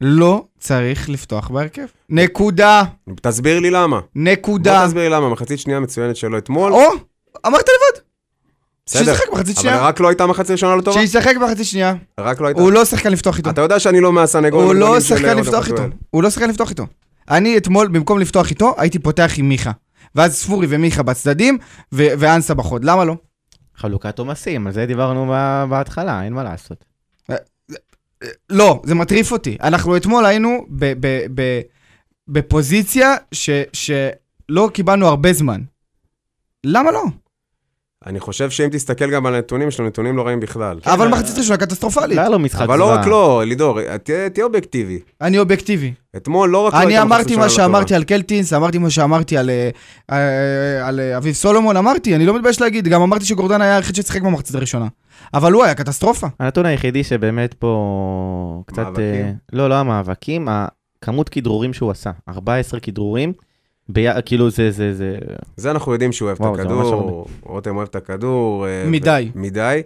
Speaker 1: לא צריך לפתוח בהרכב. נקודה.
Speaker 3: תסביר לי למה.
Speaker 1: נקודה.
Speaker 3: בוא תסביר לי למה, מחצית שנייה מצוינת שלו אתמול.
Speaker 1: או, אמרת לבד.
Speaker 3: בסדר.
Speaker 1: שישחק בחצית
Speaker 3: אבל
Speaker 1: שנייה.
Speaker 3: רק לא הייתה מחצית ראשונה לא טובה?
Speaker 1: שישחק בחצית שנייה.
Speaker 3: רק לא הייתה.
Speaker 1: הוא לא שחקן לפתוח איתו.
Speaker 3: אתה יודע שאני לא מהסנגור.
Speaker 1: הוא לא שחקן לפתוח איתו. הוא לא שחקן לפתוח איתו. אני אתמול, במקום לפתוח איתו, הייתי פותח עם מיכה. ואז ספורי ומיכה בצדדים, ו- ואנסה בחוד. למה לא?
Speaker 2: חלוקת עומסים, על זה דיברנו ב- בהתחלה, אין מה לעשות.
Speaker 1: לא, זה מטריף אותי. אנחנו אתמול היינו ב- ב- ב- בפוזיציה ש- שלא קיבלנו הרבה זמן. למה לא?
Speaker 3: אני חושב שאם תסתכל גם על הנתונים, יש לו נתונים לא רעים בכלל.
Speaker 1: אבל מחצית ראשונה קטסטרופלית.
Speaker 2: לא היה לו משחק
Speaker 3: אבל לא
Speaker 2: זוועה.
Speaker 3: רק לא, לידור, תהיה תהיה אובייקטיבי.
Speaker 1: אני אובייקטיבי.
Speaker 3: אתמול לא רק לא
Speaker 1: אני
Speaker 3: הייתה מחצית
Speaker 1: אמרתי
Speaker 3: ראשונה
Speaker 1: מה
Speaker 3: לא טובה.
Speaker 1: שאמרתי על קלטינס, אמרתי מה שאמרתי על, אה, אה, על אה, אביב סולומון, אמרתי, אני לא מתבייש להגיד, גם אמרתי שגורדן היה היחיד ששיחק במחצית הראשונה. אבל הוא היה קטסטרופה.
Speaker 2: הנתון היחידי שבאמת פה קצת...
Speaker 3: מאבקים?
Speaker 2: אה, לא, לא המאבקים, הכמות כדרורים שהוא עשה, 14 כדרורים, בי... כאילו זה, זה, זה...
Speaker 3: זה אנחנו יודעים שהוא אוהב
Speaker 2: וואו,
Speaker 3: את
Speaker 2: זה ממש
Speaker 3: הכדור, רותם אוהב את הכדור. אה,
Speaker 1: מדי.
Speaker 3: ו- מדי.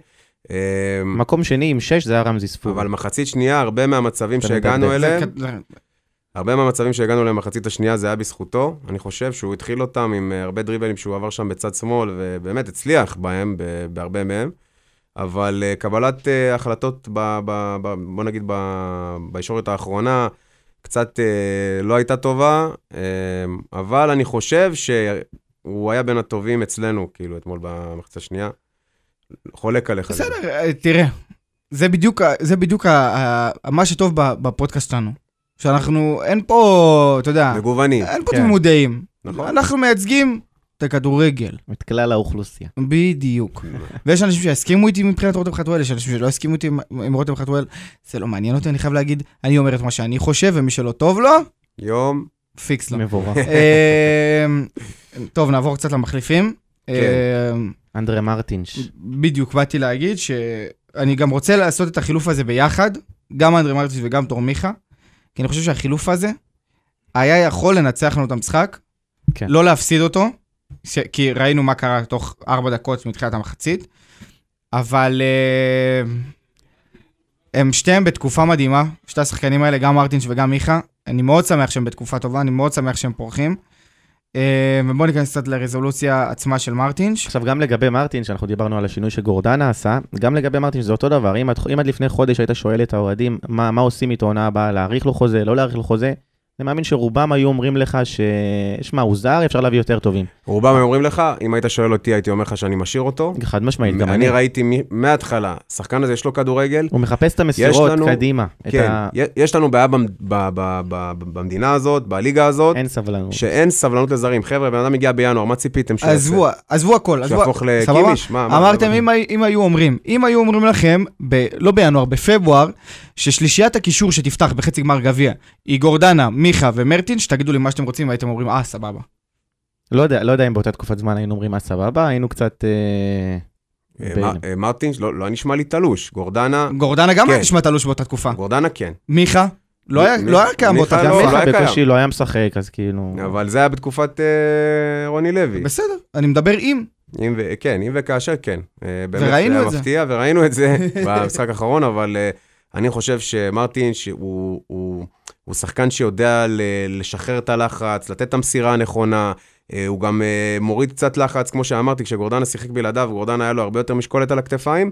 Speaker 3: אה,
Speaker 2: מקום שני עם 6 זה היה רמזי ספורי.
Speaker 3: אבל מחצית שנייה, הרבה מהמצבים
Speaker 2: אתה
Speaker 3: שהגענו
Speaker 2: מדבר.
Speaker 3: אליהם,
Speaker 1: זה ק-
Speaker 3: הרבה מהמצבים שהגענו אליהם במחצית השנייה זה היה בזכותו. אני חושב שהוא התחיל אותם עם אה, הרבה דריבלים שהוא עבר שם בצד שמאל, ובאמת הצליח בהם, ב- בהרבה מהם. אבל אה, קבלת אה, החלטות, ב, ב, ב, בוא נגיד, ב- בישורת האחרונה, קצת אה, לא הייתה טובה, אה, אבל אני חושב שהוא היה בין הטובים אצלנו, כאילו, אתמול במחצה השנייה. חולק עליך. זה.
Speaker 1: בסדר, אה, תראה, זה בדיוק, ה- זה בדיוק ה, ה, ה, מה שטוב ב- בפודקאסט שלנו. שאנחנו, אין פה, אתה יודע,
Speaker 3: מגוונים.
Speaker 1: אין פה
Speaker 2: כן.
Speaker 1: תמימות דעים.
Speaker 3: נכון.
Speaker 1: אנחנו מייצגים את הכדורגל,
Speaker 2: את כלל האוכלוסייה.
Speaker 1: בדיוק. ויש אנשים שיסכימו איתי מבחינת רותם חתואל, יש אנשים שלא יסכימו איתי עם- עם רותם חתואל. זה לא מעניין אותי, אני חייב להגיד, אני אומר את מה שאני חושב, ומי שלא טוב לו,
Speaker 3: יום,
Speaker 1: פיקס
Speaker 3: לא.
Speaker 1: לו.
Speaker 2: מבורך.
Speaker 3: <laughs>
Speaker 1: אמ, טוב, נעבור קצת למחליפים.
Speaker 3: כן.
Speaker 1: אמ,
Speaker 2: אנדרה מרטינש.
Speaker 1: בדיוק, באתי להגיד שאני גם רוצה לעשות את החילוף הזה ביחד, גם אנדרי מרטיס וגם תורמיכה, כי אני חושב שהחילוף הזה היה יכול לנצח לנו את המשחק,
Speaker 2: כן.
Speaker 1: לא להפסיד אותו, ש... כי ראינו מה קרה תוך ארבע דקות מתחילת המחצית, אבל אה, הם שתיהם בתקופה מדהימה, שתי השחקנים האלה, גם מרטינש וגם מיכה, אני מאוד שמח שהם בתקופה טובה, אני מאוד שמח שהם פורחים. אה, ובואו ניכנס קצת לרזולוציה עצמה של מרטינש.
Speaker 2: עכשיו, גם לגבי מרטין, שאנחנו דיברנו על השינוי שגורדנה עשה, גם לגבי מרטין זה אותו דבר. אם עד, אם עד לפני חודש היית שואל את האוהדים מה, מה עושים איתו עונה הבאה, להאריך לו חוזה, לא להאריך לו חוזה, אני מאמין שרובם היו אומרים לך ש... שמע, הוא זר, אפשר להביא יותר טובים.
Speaker 3: רובם הם אומרים לך, אם היית שואל אותי, הייתי אומר לך שאני משאיר אותו.
Speaker 2: חד משמעית, גם אני.
Speaker 3: אני ראיתי מ- מההתחלה, השחקן הזה יש לו כדורגל,
Speaker 2: הוא מחפש את המסירות
Speaker 3: לנו-
Speaker 2: קדימה. את
Speaker 3: כן,
Speaker 2: ה...
Speaker 3: י- יש לנו בעיה במ- ב- ב- ב- ב- במדינה הזאת, בליגה הזאת,
Speaker 2: אין סבלנות.
Speaker 3: שאין סבלנות לזרים. חבר'ה, בן אדם הגיע בינואר, מה ציפיתם שהוא
Speaker 1: עזבו, עזבו הכל, עזבו,
Speaker 3: שיהפוך
Speaker 1: סבבה?
Speaker 3: לקימיש? מה, מה-
Speaker 1: אמרתם
Speaker 3: מה-
Speaker 1: אם, הי- אם היו אומרים, אם היו אומרים לכם, ב, לא בינואר, בפברואר, ששלישיית הקישור שתפתח בחצי גמר גביע היא גורדנה, מיכה ומרטינש, תגידו לי מה שאתם רוצים, והייתם אומרים, אה, סבבה.
Speaker 2: לא, יודע, לא יודע אם באותה תקופת זמן היינו אומרים, אה, סבבה, היינו קצת... אה,
Speaker 3: אה,
Speaker 2: בין.
Speaker 3: מ- אה, מרטינש, לא לא נשמע לי תלוש. גורדנה,
Speaker 1: גורדנה גם
Speaker 3: כן.
Speaker 1: היה נשמע תלוש באותה תקופה.
Speaker 3: גורדנה כן.
Speaker 1: מיכה, לא היה-
Speaker 3: מ-
Speaker 1: לא היה קיים
Speaker 3: מיכה
Speaker 1: באותה
Speaker 3: לא,
Speaker 1: תקופה.
Speaker 2: מיכה
Speaker 3: היה
Speaker 2: בקושי
Speaker 3: קיים.
Speaker 2: לא היה משחק, אז כאילו...
Speaker 3: אבל זה היה בתקופת אה, רוני לוי.
Speaker 1: בסדר, אני מדבר עם.
Speaker 3: אם ו... כן, אם וכאשר כן. אה, באמת,
Speaker 1: וראינו
Speaker 3: היה
Speaker 1: את זה.
Speaker 3: מפתיע, וראינו את
Speaker 1: <laughs>
Speaker 3: זה במשחק האחרון, אבל אה, אני חושב שמרטין, שהוא הוא, הוא שחקן שיודע ל- לשחרר את הלחץ, לתת את המסירה הנכונה, אה, הוא גם אה, מוריד קצת לחץ, כמו שאמרתי, כשגורדנה שיחק בלעדיו, גורדנה היה לו הרבה יותר משקולת על הכתפיים.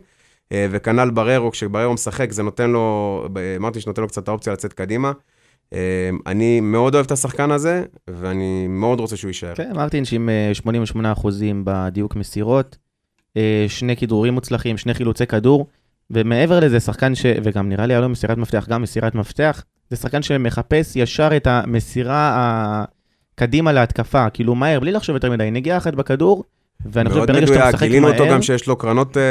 Speaker 3: אה, וכנ"ל בררו, כשבררו משחק, זה נותן לו, אה, מרטין שנותן לו קצת את האופציה לצאת קדימה. אה, אני מאוד אוהב את השחקן הזה, ואני מאוד רוצה שהוא יישאר.
Speaker 2: כן, מרטינש עם אה, 88 אחוזים בדיוק מסירות, אה, שני כידורים מוצלחים, שני חילוצי כדור, ומעבר לזה, שחקן ש... וגם נראה לי היה לו מסירת מפתח, גם מסירת מפתח, זה שחקן שמחפש ישר את המסירה ה- קדימה להתקפה, כאילו מהר, בלי לחשוב יותר מדי, נגיעה אחת בכדור, ואני חושב
Speaker 3: מאוד
Speaker 2: ברגע שאתה
Speaker 3: מדויק,
Speaker 2: משחק
Speaker 3: גילינו אותו
Speaker 2: מהר...
Speaker 3: גם שיש לו קרנות אה,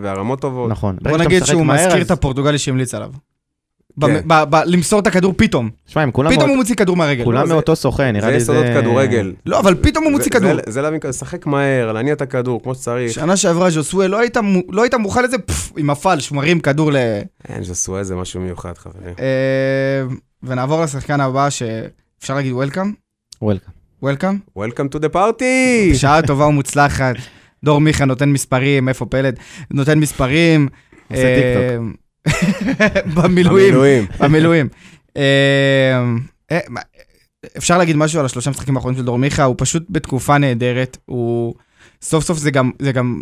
Speaker 3: והרמות טובות.
Speaker 2: נכון.
Speaker 1: בוא
Speaker 2: ברגע שאתה
Speaker 1: נגיד
Speaker 2: משחק
Speaker 1: שהוא
Speaker 2: מהר,
Speaker 1: מזכיר
Speaker 2: אז-
Speaker 1: את הפורטוגלי שהמליץ עליו. ב-
Speaker 3: כן.
Speaker 1: ב- ב- למסור את הכדור פתאום.
Speaker 2: שמע, הם כולם
Speaker 1: פתאום
Speaker 2: מאותו-
Speaker 1: הוא מוציא כדור מהרגל.
Speaker 2: כולם
Speaker 3: לא, זה-
Speaker 2: מאותו סוכן, נראה
Speaker 3: זה
Speaker 2: לי זה...
Speaker 3: יסודות כדורגל.
Speaker 1: לא, אבל פתאום הוא
Speaker 3: זה-
Speaker 1: מוציא כדור.
Speaker 3: זה- זה להבין, כדור, לשחק מהר, להניע את הכדור כמו שצריך.
Speaker 1: שנה שעברה ז'וסווה, לא היית מו- לא היית מוכן לזה, פפפ, עם הפלש, מרים כדור ל...
Speaker 3: אין, ז'סואה זה משהו מיוחד, חברים.
Speaker 1: אה, ונעבור לשחקן הבא, שאפשר להגיד וולקאם,
Speaker 2: וולקאם.
Speaker 1: וולקאם.
Speaker 3: Welcome to the party!
Speaker 1: שעה טובה ומוצלחת. דור מיכה נותן מספרים, איפה פלד? נותן מספרים.
Speaker 2: עושה
Speaker 1: אה, <laughs> במילואים,
Speaker 3: המילואים.
Speaker 1: במילואים. אה, אה, מה- אפשר להגיד משהו על השלושה משחקים האחרונים של דור מיכה, הוא פשוט בתקופה נהדרת, הוא סוף סוף זה גם, זה גם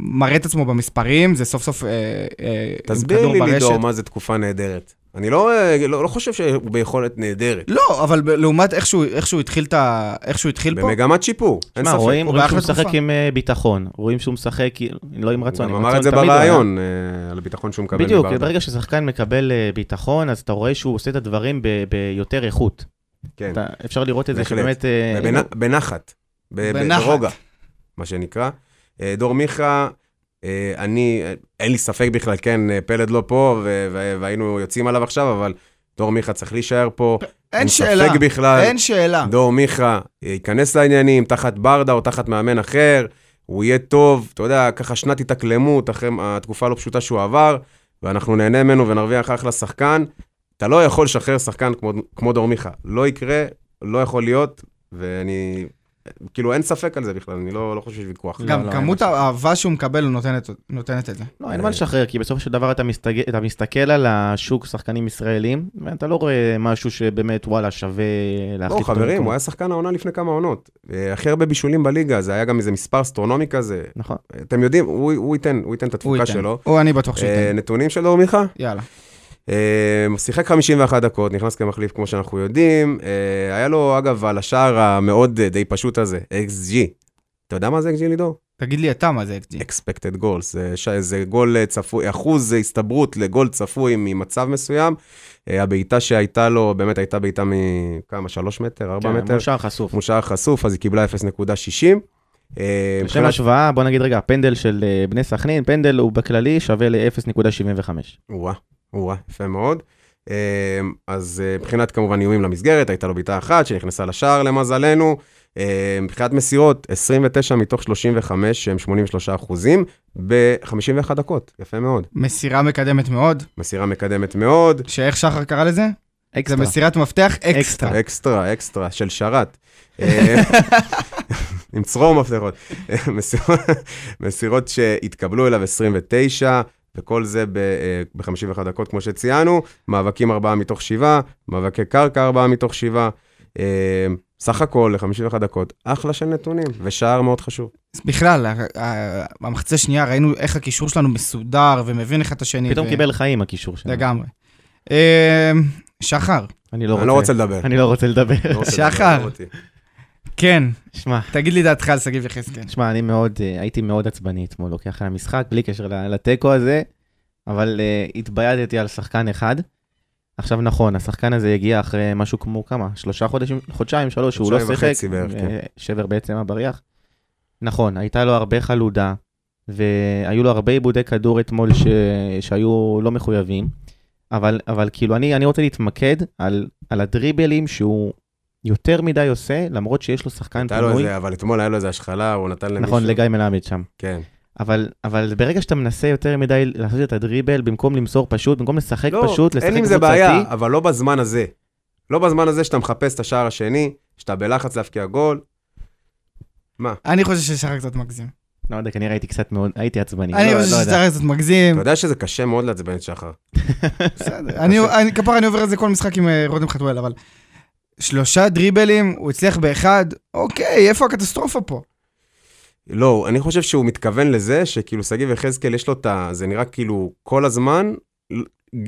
Speaker 1: מראה את עצמו במספרים, זה סוף סוף אה, אה, עם
Speaker 3: תסביר
Speaker 1: כדור
Speaker 3: לי,
Speaker 1: ברשת.
Speaker 3: לידור, מה זה תקופה נהדרת. אני לא אה, לא- לא חושב שהוא ביכולת נהדרת.
Speaker 1: לא, אבל ב- לעומת איך שהוא, איך שהוא התחיל, את ה... איך שהוא התחיל פה,
Speaker 3: במגמת שיפור, אין
Speaker 2: לא, שמע,
Speaker 3: ספק.
Speaker 2: רואים
Speaker 1: הוא
Speaker 2: רואים שהוא
Speaker 1: באחלה
Speaker 2: משחק
Speaker 1: תקופה.
Speaker 2: עם אה, ביטחון, רואים שהוא משחק, כאילו, לא עם רצון,
Speaker 3: הוא
Speaker 2: עם
Speaker 3: גם
Speaker 2: רצון
Speaker 3: אמר את זה
Speaker 2: תמיד הוא היה.
Speaker 3: בריאיון, אה, על הביטחון שהוא מקבל.
Speaker 2: בדיוק,
Speaker 3: מברדה.
Speaker 2: ברגע ששחקן מקבל אה, ביטחון, אז אתה רואה שהוא עושה את הדברים ב- ביותר איכות.
Speaker 3: כן,
Speaker 2: אתה- אפשר לראות את זה
Speaker 3: בהחלט.
Speaker 2: שבאמת... אה,
Speaker 3: ובנ- בנחת. ב- ב-
Speaker 1: בנחת.
Speaker 3: ברוגע, מה שנקרא. אה, דור מיכה, אה, אני, אה, אין לי ספק בכלל, כן, אה, פלד לא פה, ו- ו- והיינו יוצאים עליו עכשיו, אבל דור מיכה צריך להישאר פה.
Speaker 1: אין שאלה,
Speaker 3: ספק בכלל.
Speaker 1: אין שאלה.
Speaker 3: דור מיכה אה, ייכנס לעניינים, תחת ברדה או תחת מאמן אחר, הוא יהיה טוב, אתה יודע, ככה שנת התאקלמות אחרי התקופה הלא פשוטה שהוא עבר, ואנחנו נהנה ממנו ונרוויח אחלה שחקן. אתה לא יכול לשחרר שחקן כמו, כמו דור מיכה. לא יקרה, לא יכול להיות, ואני... כאילו, אין ספק על זה בכלל, אני לא, לא חושב שיש ויכוח.
Speaker 2: לא,
Speaker 1: גם
Speaker 2: לא,
Speaker 1: כמות
Speaker 2: אין משהו.
Speaker 1: האהבה שהוא מקבל, הוא נותנת, נותנת את זה.
Speaker 2: לא, אין מה לשחרר, כי בסופו של דבר אתה מסתג- אתה מסתכל על השוק שחקנים ישראלים, ואתה לא רואה משהו שבאמת, וואלה, שווה
Speaker 3: לא,
Speaker 2: להחליט אותו.
Speaker 3: חברים,
Speaker 2: במקום.
Speaker 3: הוא היה שחקן העונה לפני כמה עונות. אה, הכי הרבה בישולים בליגה, זה היה גם איזה מספר אסטרונומי כזה.
Speaker 2: נכון.
Speaker 3: אתם יודעים, הוא, הוא ייתן, הוא ייתן את
Speaker 1: הוא
Speaker 3: התפוקה
Speaker 1: ייתן.
Speaker 3: שלו.
Speaker 1: או אני בטוח שהוא
Speaker 3: אה,
Speaker 1: ייתן.
Speaker 3: נתונים של דור מיכה?
Speaker 1: יאללה.
Speaker 3: Uh, אה, שיחק 51 דקות, נכנס כמחליף, כמו שאנחנו יודעים. אה, היה לו, אגב, על השער המאוד אה, די פשוט הזה, XG. אתה יודע מה זה XG, לידור?
Speaker 1: תגיד לי אתה מה זה XG.
Speaker 3: expected goals, זה, ש- זה גול אה, צפוי, אחוז אה, הסתברות לגול צפוי ממצב מסוים. אה, הבעיטה שהייתה לו, באמת הייתה בעיטה מכמה, 3 מטר, 4
Speaker 2: כן,
Speaker 3: מטר,
Speaker 2: מול שער חשוף.
Speaker 3: מול שער חשוף, אז היא קיבלה 0.60. אה,
Speaker 2: לשם
Speaker 3: מבחינת-
Speaker 2: השוואה, בוא נגיד רגע, הפנדל של אה, בני סכנין, פנדל הוא בכללי שווה ל-0.75.
Speaker 3: וואה, וואה, יפה מאוד. אה, אז אה, מבחינת כמובן איומים למסגרת, הייתה לו בעיטה אחת שנכנסה לשער למזלנו. אה, מבחינת מסירות, 29 מתוך 35, שהם 83 אחוזים, ב-51 דקות, יפה מאוד.
Speaker 1: מסירה מקדמת מאוד,
Speaker 3: מסירה מקדמת מאוד,
Speaker 1: שאיך שחר קרא לזה? זה
Speaker 2: אקסטרה.
Speaker 1: מסירת מפתח אקסטרה.
Speaker 2: אקסטרה.
Speaker 3: אקסטרה, אקסטרה, של שרת.
Speaker 2: <laughs>
Speaker 3: אה, עם צרור מפתחות. <laughs> מסירות- מסירות שהתקבלו אליו 29, וכל זה ב-51 דקות, כמו שציינו. מאבקים 4 מתוך 7, מאבקי קרקע 4 מתוך 7. סך הכל, ל-51 דקות, אחלה של נתונים, ושער מאוד חשוב.
Speaker 1: בכלל, ה- ה- במחצה השנייה ראינו איך הקישור שלנו מסודר ומבין אחד את השני.
Speaker 2: פתאום
Speaker 1: ו-
Speaker 2: קיבל חיים הקישור שלו.
Speaker 1: לגמרי. אה, שחר,
Speaker 2: אני לא
Speaker 3: אני לא
Speaker 2: רוצה.
Speaker 3: רוצה לדבר.
Speaker 2: אני לא רוצה לדבר.
Speaker 3: לא רוצה לדבר,
Speaker 1: שחר.
Speaker 3: לא אותי.
Speaker 1: כן,
Speaker 2: שמע,
Speaker 1: תגיד לי דעתך על שגיב יחזקאל.
Speaker 2: שמע, אני מאוד, אה, הייתי מאוד עצבני אתמול, אוקיי, אחרי המשחק, בלי קשר ל- לתיקו הזה, אבל אה, התבייתתי על שחקן אחד. עכשיו נכון, השחקן הזה הגיע אחרי משהו כמו כמה? שלושה חודשים, חודשיים, שלוש, שהוא לא
Speaker 3: חודשיים
Speaker 2: שיחק.
Speaker 3: וחצי בערך, כן.
Speaker 2: אה, שבר בעצם הבריח. נכון, הייתה לו הרבה חלודה, והיו לו הרבה עיבודי כדור אתמול ש... שהיו לא מחויבים, אבל, אבל כאילו אני, אני רוצה להתמקד על, על הדריבלים שהוא יותר מדי עושה, למרות שיש לו שחקן
Speaker 3: הייתה לו
Speaker 2: פנוי.
Speaker 3: איזה, אבל אתמול היה לו איזה השחלה, הוא נתן למישהו.
Speaker 2: נכון, לגיא מלמד שם.
Speaker 3: כן.
Speaker 2: אבל, אבל ברגע שאתה מנסה יותר מדי לעשות את הדריבל, במקום למסור פשוט, במקום לשחק
Speaker 3: לא,
Speaker 2: פשוט, לשחק
Speaker 3: אין
Speaker 2: קבוצתי,
Speaker 3: עם זה בעיה, אבל לא בזמן הזה. לא בזמן הזה שאתה מחפש את השער השני, שאתה בלחץ להבקיע גול.
Speaker 1: אני חושב ששחר קצת מגזים.
Speaker 2: לא יודע, כנראה הייתי קצת מאוד, הייתי עצבני, לא,
Speaker 1: אני
Speaker 2: לא
Speaker 1: חושב
Speaker 2: יודע.
Speaker 1: ששחר קצת
Speaker 3: אתה
Speaker 2: כן.
Speaker 1: מגזים.
Speaker 3: יודע שזה קשה מאוד לעצבן את שחר.
Speaker 1: בסדר. אני- אני- כפר אני עובר את זה כל משחק עם אה, רותם חתואל, אבל... שלושה דריבלים, הוא הצליח באחד, אוקיי, איפה הקטסטרופה פה?
Speaker 3: לא, אני חושב שהוא מתכוון לזה שכאילו שגיב יחזקאל יש לו את ה... זה נראה כאילו כל הזמן,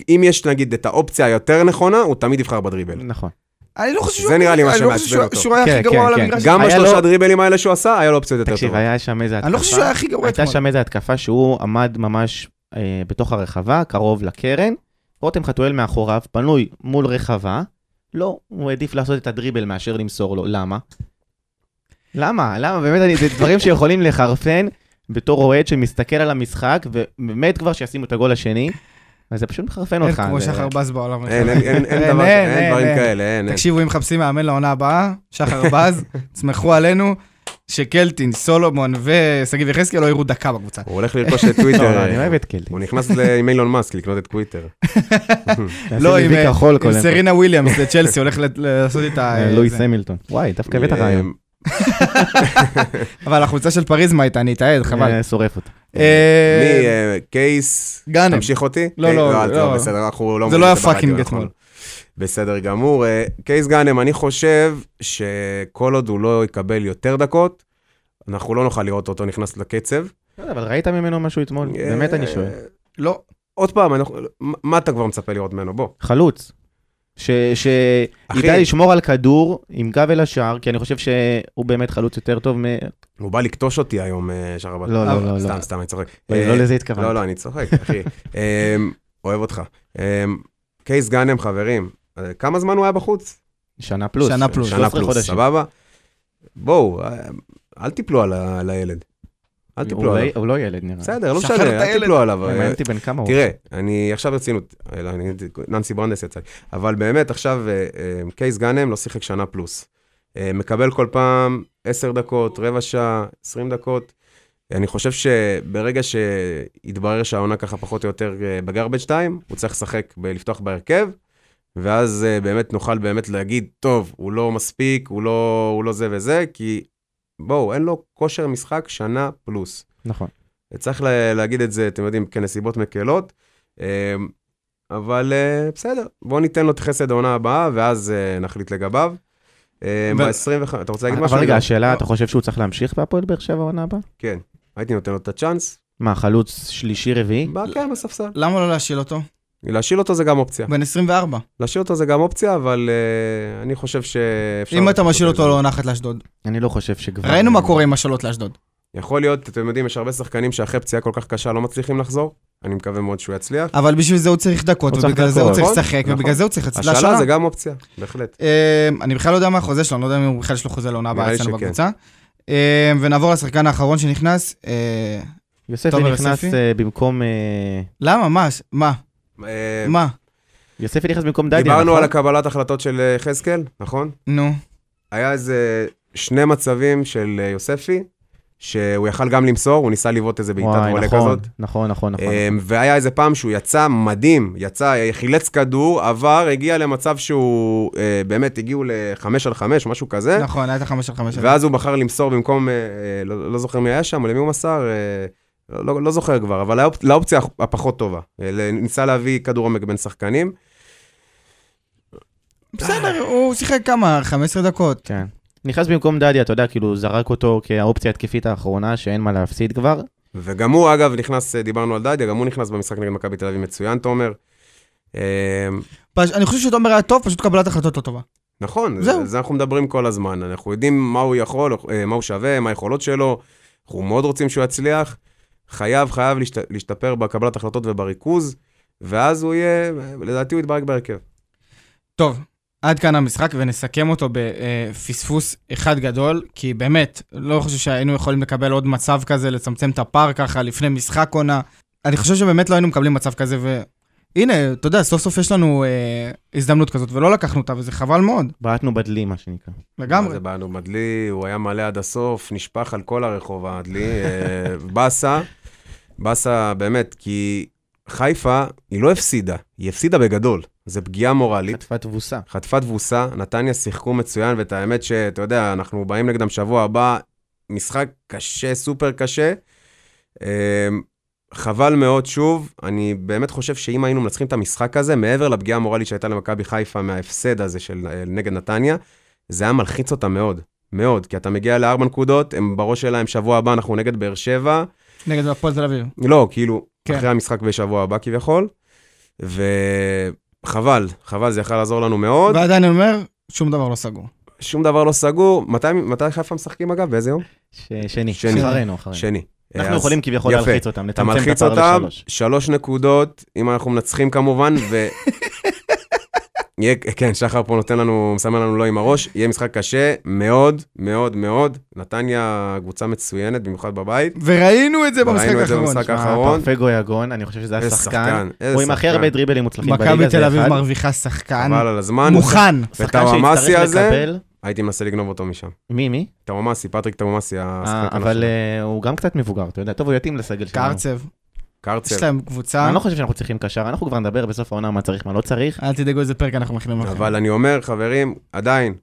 Speaker 3: אם יש נגיד את האופציה היותר נכונה, הוא תמיד יבחר בדריבל.
Speaker 2: נכון.
Speaker 1: אני לא חושב שהוא...
Speaker 3: זה נראה לי מה
Speaker 1: אני לא חושב
Speaker 3: שמעצבן
Speaker 1: שהוא-
Speaker 3: אותו.
Speaker 1: שהוא היה הכי
Speaker 2: כן,
Speaker 1: גרוע
Speaker 2: כן,
Speaker 1: על
Speaker 2: כן.
Speaker 1: המגרש.
Speaker 3: גם
Speaker 2: היה
Speaker 3: השלושה
Speaker 2: לו-
Speaker 3: דריבלים האלה שהוא עשה, היה לו אופציות יותר
Speaker 2: תקשיב,
Speaker 3: טובות.
Speaker 2: היה שם איזה התקפה.
Speaker 1: אני לא חושב שהוא היה הכי גרוע
Speaker 2: הייתה
Speaker 1: אתמול.
Speaker 2: שם איזו התקפה שהוא עמד ממש אה, בתוך הרחבה, קרוב לקרן, רותם חתואל מאחוריו, פנוי מול רחבה, לא, הוא העדיף לעשות את הדריבל מאשר למסור לו, למה? למה? למה? באמת, אני, זה דברים שיכולים לחרפן בתור אוהד שמסתכל על המשחק, ובאמת כבר שישימו את הגול השני, אז זה פשוט מחרפן
Speaker 1: אין
Speaker 2: אותך.
Speaker 1: כמו
Speaker 2: זה-
Speaker 1: שחר בז בעולם.
Speaker 3: אין, אין- אין- אין דבר-
Speaker 1: אין,
Speaker 3: אין
Speaker 1: אין,
Speaker 3: דברים
Speaker 1: אין.
Speaker 3: כאלה, אין, אין.
Speaker 1: תקשיבו, אם מחפשים מאמן לעונה הבאה, שחר בז, תסמכו עלינו שקלטין, סולומון ושגיב יחזקאל לא יראו דקה בקבוצה.
Speaker 3: הוא הולך לרכוש
Speaker 2: <laughs>
Speaker 3: את
Speaker 2: לא, לא, אני
Speaker 3: טוויטר.
Speaker 2: אוהב את קלטי.
Speaker 3: הוא נכנס ל- עם אילון מאסק לקנות את טוויטר.
Speaker 1: לא, עם,
Speaker 2: וי
Speaker 1: אה,
Speaker 2: כחול
Speaker 1: עם
Speaker 2: קודם.
Speaker 1: סרינה וויליאמס לצ'לסי הולך ל- לעשות איתה... אה,
Speaker 2: לואיס
Speaker 1: זה. אה,
Speaker 2: המילטון. וואי, דווקא הבאת
Speaker 3: אה,
Speaker 2: רעיון.
Speaker 1: אבל החולצה של פריז מה הייתה? אני אתעד, חבל.
Speaker 2: אה, שורף אותו.
Speaker 1: אה,
Speaker 3: מי, אה, קייס,
Speaker 1: גאנם.
Speaker 3: תמשיך אותי?
Speaker 1: לא,
Speaker 3: קייס-
Speaker 1: לא,
Speaker 3: אל-
Speaker 1: לא.
Speaker 3: בסדר, אנחנו לא...
Speaker 1: זה
Speaker 3: אומרים
Speaker 1: לא היה
Speaker 3: את ברדיו,
Speaker 1: פאקינג
Speaker 3: נכון.
Speaker 1: אתמול.
Speaker 3: בסדר גמור. אה, קייס גאנם, אני חושב שכל עוד הוא לא יקבל יותר דקות, אנחנו לא נוכל לראות אותו נכנס לקצב.
Speaker 2: לא יודע, אבל ראית ממנו משהו אתמול?
Speaker 3: אה,
Speaker 2: נכון, באמת אני שואל.
Speaker 1: לא.
Speaker 3: עוד פעם, אנחנו- מה- מה אתה כבר מצפה לראות ממנו? בוא.
Speaker 2: חלוץ. שידע
Speaker 3: אחי.
Speaker 2: לשמור על כדור עם גב אל השער, כי אני חושב שהוא באמת חלוץ יותר טוב מ...
Speaker 3: הוא בא לקטוש אותי היום, אה, שרבת.
Speaker 2: לא, לא,
Speaker 1: אבל-
Speaker 2: לא, לא.
Speaker 3: סתם, סתם, אני צוחק. אה,
Speaker 2: לא לזה התכוונתי.
Speaker 3: לא, לא, אני צוחק, אחי. אמ, אוהב אותך. אמ, קייס גאנם, חברים, אה, כמה זמן הוא היה בחוץ?
Speaker 2: שנה פלוס.
Speaker 1: שנה פלוס.
Speaker 2: 13
Speaker 3: שנה פלוס,
Speaker 2: חודשים.
Speaker 3: סבבה? בואו, אה, אל תיפלו על ה- על הילד. אל
Speaker 2: הוא
Speaker 3: תיפלו
Speaker 2: לא-
Speaker 3: עליו.
Speaker 2: הוא לא ילד נראה. לי.
Speaker 3: בסדר, לא
Speaker 1: שחרר
Speaker 3: משנה,
Speaker 1: את
Speaker 3: אל
Speaker 1: הילד.
Speaker 3: תיפלו עליו.
Speaker 2: אני
Speaker 3: אה,
Speaker 2: מעניין אותי בן כמה הוא.
Speaker 3: תראה, אני עכשיו ברצינות, אה, לא, אני- ננסי ברנדס יצא לי, אבל באמת עכשיו אה, אה, קייס גאנם לא שיחק שנה פלוס. אה, מקבל כל פעם 10 דקות, רבע שעה, 20 דקות. אני חושב שברגע שהתברר שהעונה ככה פחות או יותר אה, בגרבג' 2, הוא צריך לשחק בלפתוח בהרכב, ואז אה, באמת נוכל באמת להגיד, טוב, הוא לא מספיק, הוא לא, הוא לא זה וזה, כי בואו, אין לו כושר משחק שנה פלוס.
Speaker 2: נכון.
Speaker 3: צריך לה, להגיד את זה, אתם יודעים, כנסיבות מקלות, אה, אבל אה, בסדר, בואו ניתן לו את חסד העונה הבאה, ואז אה, נחליט לגביו. אה,
Speaker 1: ו-
Speaker 3: ב-25, אתה רוצה להגיד משהו?
Speaker 2: אבל רגע,
Speaker 3: לא.
Speaker 2: השאלה, אתה חושב שהוא צריך להמשיך בהפועל באר שבע העונה הבאה?
Speaker 3: כן, הייתי נותן לו את הצ'אנס,
Speaker 2: מה, חלוץ שלישי רביעי?
Speaker 3: בא כן, בספסל.
Speaker 1: למה לא להשאיל אותו?
Speaker 3: להשאיל אותו זה גם אופציה.
Speaker 1: בן 24.
Speaker 3: להשאיל אותו זה גם אופציה, אבל אה, אני חושב שאפשר...
Speaker 1: אם אתה
Speaker 3: לעשות
Speaker 1: משאיר
Speaker 3: את
Speaker 1: אותו
Speaker 3: זה.
Speaker 1: לעונה אחת לאשדוד.
Speaker 2: אני לא חושב שכבר...
Speaker 1: ראינו מה קורה עם השאלות לאשדוד.
Speaker 3: יכול להיות, אתם יודעים, יש הרבה שחקנים שאחרי פציעה כל כך קשה לא מצליחים לחזור. אני מקווה מאוד שהוא יצליח.
Speaker 1: אבל בשביל זה הוא צריך דקות,
Speaker 2: הוא צריך
Speaker 1: ובגלל זה הוא
Speaker 2: דקות,
Speaker 1: צריך
Speaker 3: נכון?
Speaker 1: לשחק,
Speaker 3: נכון.
Speaker 1: ובגלל זה הוא צריך לצאת
Speaker 3: השאלה
Speaker 1: להשאלה.
Speaker 3: זה גם אופציה, בהחלט.
Speaker 1: אמ, אני בכלל לא יודע מה החוזה שלו, אני לא יודע אם הוא בכלל יש לו חוזה לעונה
Speaker 3: נראה
Speaker 1: הבאה
Speaker 3: לי
Speaker 1: אצלנו
Speaker 3: שכן.
Speaker 1: בקבוצה. אמ, ונעבור לשחקן האחרון שנכנס. אה,
Speaker 2: יוספי
Speaker 1: תומר
Speaker 2: נכנס
Speaker 1: יוספי?
Speaker 2: אה, במקום... אה,
Speaker 1: למה? מה? ש- מה?
Speaker 3: אה,
Speaker 1: מה?
Speaker 2: יוספי נכנס במקום דדיה, נכון?
Speaker 3: דיברנו על הקבלת החלטות של אה, יחזקאל, נכון?
Speaker 1: נו.
Speaker 3: היה איזה שני מצבים של אה, יוספי, שהוא יכל גם למסור, הוא ניסה לבעוט איזה בעיטת
Speaker 2: וואי,
Speaker 3: וולה
Speaker 2: נכון,
Speaker 3: כזאת.
Speaker 2: נכון, נכון, נכון.
Speaker 3: אמ, והיה איזה פעם שהוא יצא מדהים, יצא, אה, חילץ כדור, עבר, הגיע למצב שהוא, אה, באמת הגיעו לחמש על חמש, משהו כזה.
Speaker 1: נכון, היה את החמש על חמש.
Speaker 3: אה? ואז הוא בחר למסור במקום, אה, אה, לא, לא זוכר מי היה שם, או למי הוא מסר, אה, לא- לא, לא זוכר כבר, אבל לאופ, לאופציה הפ- הפחות טובה. אה, ל- ניסה להביא כדור עומק בין שחקנים.
Speaker 1: בסדר, הוא שיחק כמה? 15 דקות.
Speaker 2: כן. נכנס במקום דדיה, אתה יודע, כאילו, זרק אותו כאופציה התקפית האחרונה, שאין מה להפסיד כבר.
Speaker 3: וגם הוא, אגב, נכנס, אה, דיברנו על דדיה, גם הוא נכנס במשחק נגד מכבי תל אביב מצוין, תומר. אה,
Speaker 1: פש- אני חושב שתומר היה טוב, פשוט קבלת החלטות לא טובה.
Speaker 3: נכון,
Speaker 1: זהו.
Speaker 3: זהו. זה אנחנו מדברים כל הזמן. אנחנו יודעים מה הוא יכול, אה, מה הוא שווה, מה היכולות שלו. אנחנו מאוד רוצים שהוא יצליח. חייב, חייב להשת, להשתפר בקבלת החלטות ובריכוז, ואז הוא יהיה, לדעתי הוא יתברק בהרכב.
Speaker 1: טוב, עד כאן המשחק, ונסכם אותו בפספוס אחד גדול, כי באמת, לא חושב שהיינו יכולים לקבל עוד מצב כזה, לצמצם את הפער ככה לפני משחק עונה. אני חושב שבאמת לא היינו מקבלים מצב כזה, והנה, אתה יודע, סוף סוף יש לנו אה, הזדמנות כזאת, ולא לקחנו אותה, וזה חבל מאוד,
Speaker 2: בעטנו בדלי, מה שנקרא.
Speaker 1: לגמרי.
Speaker 3: מה זה באנו מדלי, הוא היה מלא עד הסוף, נשפך על כל הרחוב הדלי. אה, <laughs> באסה, באסה באמת, כי חיפה, היא לא הפסידה, היא הפסידה בגדול. זו פגיעה מורלית.
Speaker 2: חטפה תבוסה.
Speaker 3: חטפה תבוסה, נתניה שיחקו מצוין, ואת האמת שאתה יודע, אנחנו באים נגדם שבוע הבא, משחק קשה, סופר קשה. אמ, חבל מאוד שוב, אני באמת חושב שאם היינו מנצחים את המשחק הזה, מעבר לפגיעה המורלית שהייתה למכבי חיפה מההפסד הזה של אה, נגד נתניה, זה היה מלחיץ אותם מאוד, מאוד, כי אתה מגיע לארבע נקודות, הם בראש שלהם שבוע הבא אנחנו נגד באר שבע,
Speaker 1: נגד הפועל תל אביב.
Speaker 3: לא, כאילו,
Speaker 1: כן.
Speaker 3: כן. אחרי המשחק בשבוע הבא כביכול, וחבל, חבל, זה יכל לעזור לנו מאוד.
Speaker 1: ועדיין אני אומר, שום דבר לא סגור.
Speaker 3: שום דבר לא סגור. מתי, מתי חיפה משחקים אגב? באיזה יום?
Speaker 2: ש- שני.
Speaker 3: שני.
Speaker 2: אחרינו, אחרינו.
Speaker 3: שני.
Speaker 2: אנחנו
Speaker 3: אז
Speaker 2: יכולים כביכול
Speaker 3: יפה.
Speaker 2: להלחיץ אותם,
Speaker 3: אתה
Speaker 2: לצמצם את
Speaker 3: מלחיץ
Speaker 2: הפער
Speaker 3: אותם,
Speaker 2: לשלוש.
Speaker 3: שלוש נקודות, אם אנחנו מנצחים כמובן,
Speaker 2: <laughs>
Speaker 3: ו... יהיה, כן, שחר פה נותן לנו, מסמן לנו לא עם הראש, יהיה משחק קשה מאוד, מאוד, מאוד. נתניה קבוצה מצוינת, במיוחד בבית.
Speaker 1: וראינו את זה
Speaker 3: ראינו
Speaker 1: במשחק
Speaker 3: את זה
Speaker 1: האחרון.
Speaker 3: במשחק
Speaker 1: שמע,
Speaker 3: האחרון.
Speaker 2: פרגו יגון, אני חושב שזה היה
Speaker 3: איזה
Speaker 2: שחקן.
Speaker 3: שחקן, איזה
Speaker 2: הוא עם הכי
Speaker 3: שחקן.
Speaker 2: הרבה דריבלים מוצלחים בליגה,
Speaker 1: מכבי תל
Speaker 2: זה
Speaker 1: אביב
Speaker 2: אחד.
Speaker 1: מרוויחה שחקן
Speaker 3: חבל על הזמן.
Speaker 1: מוכן.
Speaker 3: ואת המאמאסי
Speaker 2: שחקן
Speaker 3: הזה,
Speaker 2: שיצטרך לקבל...
Speaker 3: הייתי מנסה לגנוב אותו משם.
Speaker 2: מי, מי?
Speaker 3: תאומאסי, פטריק תאומאסי,
Speaker 2: אה,
Speaker 3: השחקן
Speaker 2: אבל
Speaker 3: שלנו.
Speaker 2: אה, הוא גם קצת מבוגר, אתה יודע. טוב, הוא יתאים לסגל שלנו.
Speaker 1: קרצב, יש
Speaker 3: קרצל.
Speaker 1: להם קבוצה.
Speaker 2: אני לא חושב שאנחנו צריכים קשר, אנחנו כבר נדבר בסוף העונה מה צריך, מה לא צריך.
Speaker 1: אל תדאגו איזה פרק אנחנו מכינים
Speaker 2: אוקיי.
Speaker 1: לכם.
Speaker 3: אבל אני אומר, חברים, עדיין,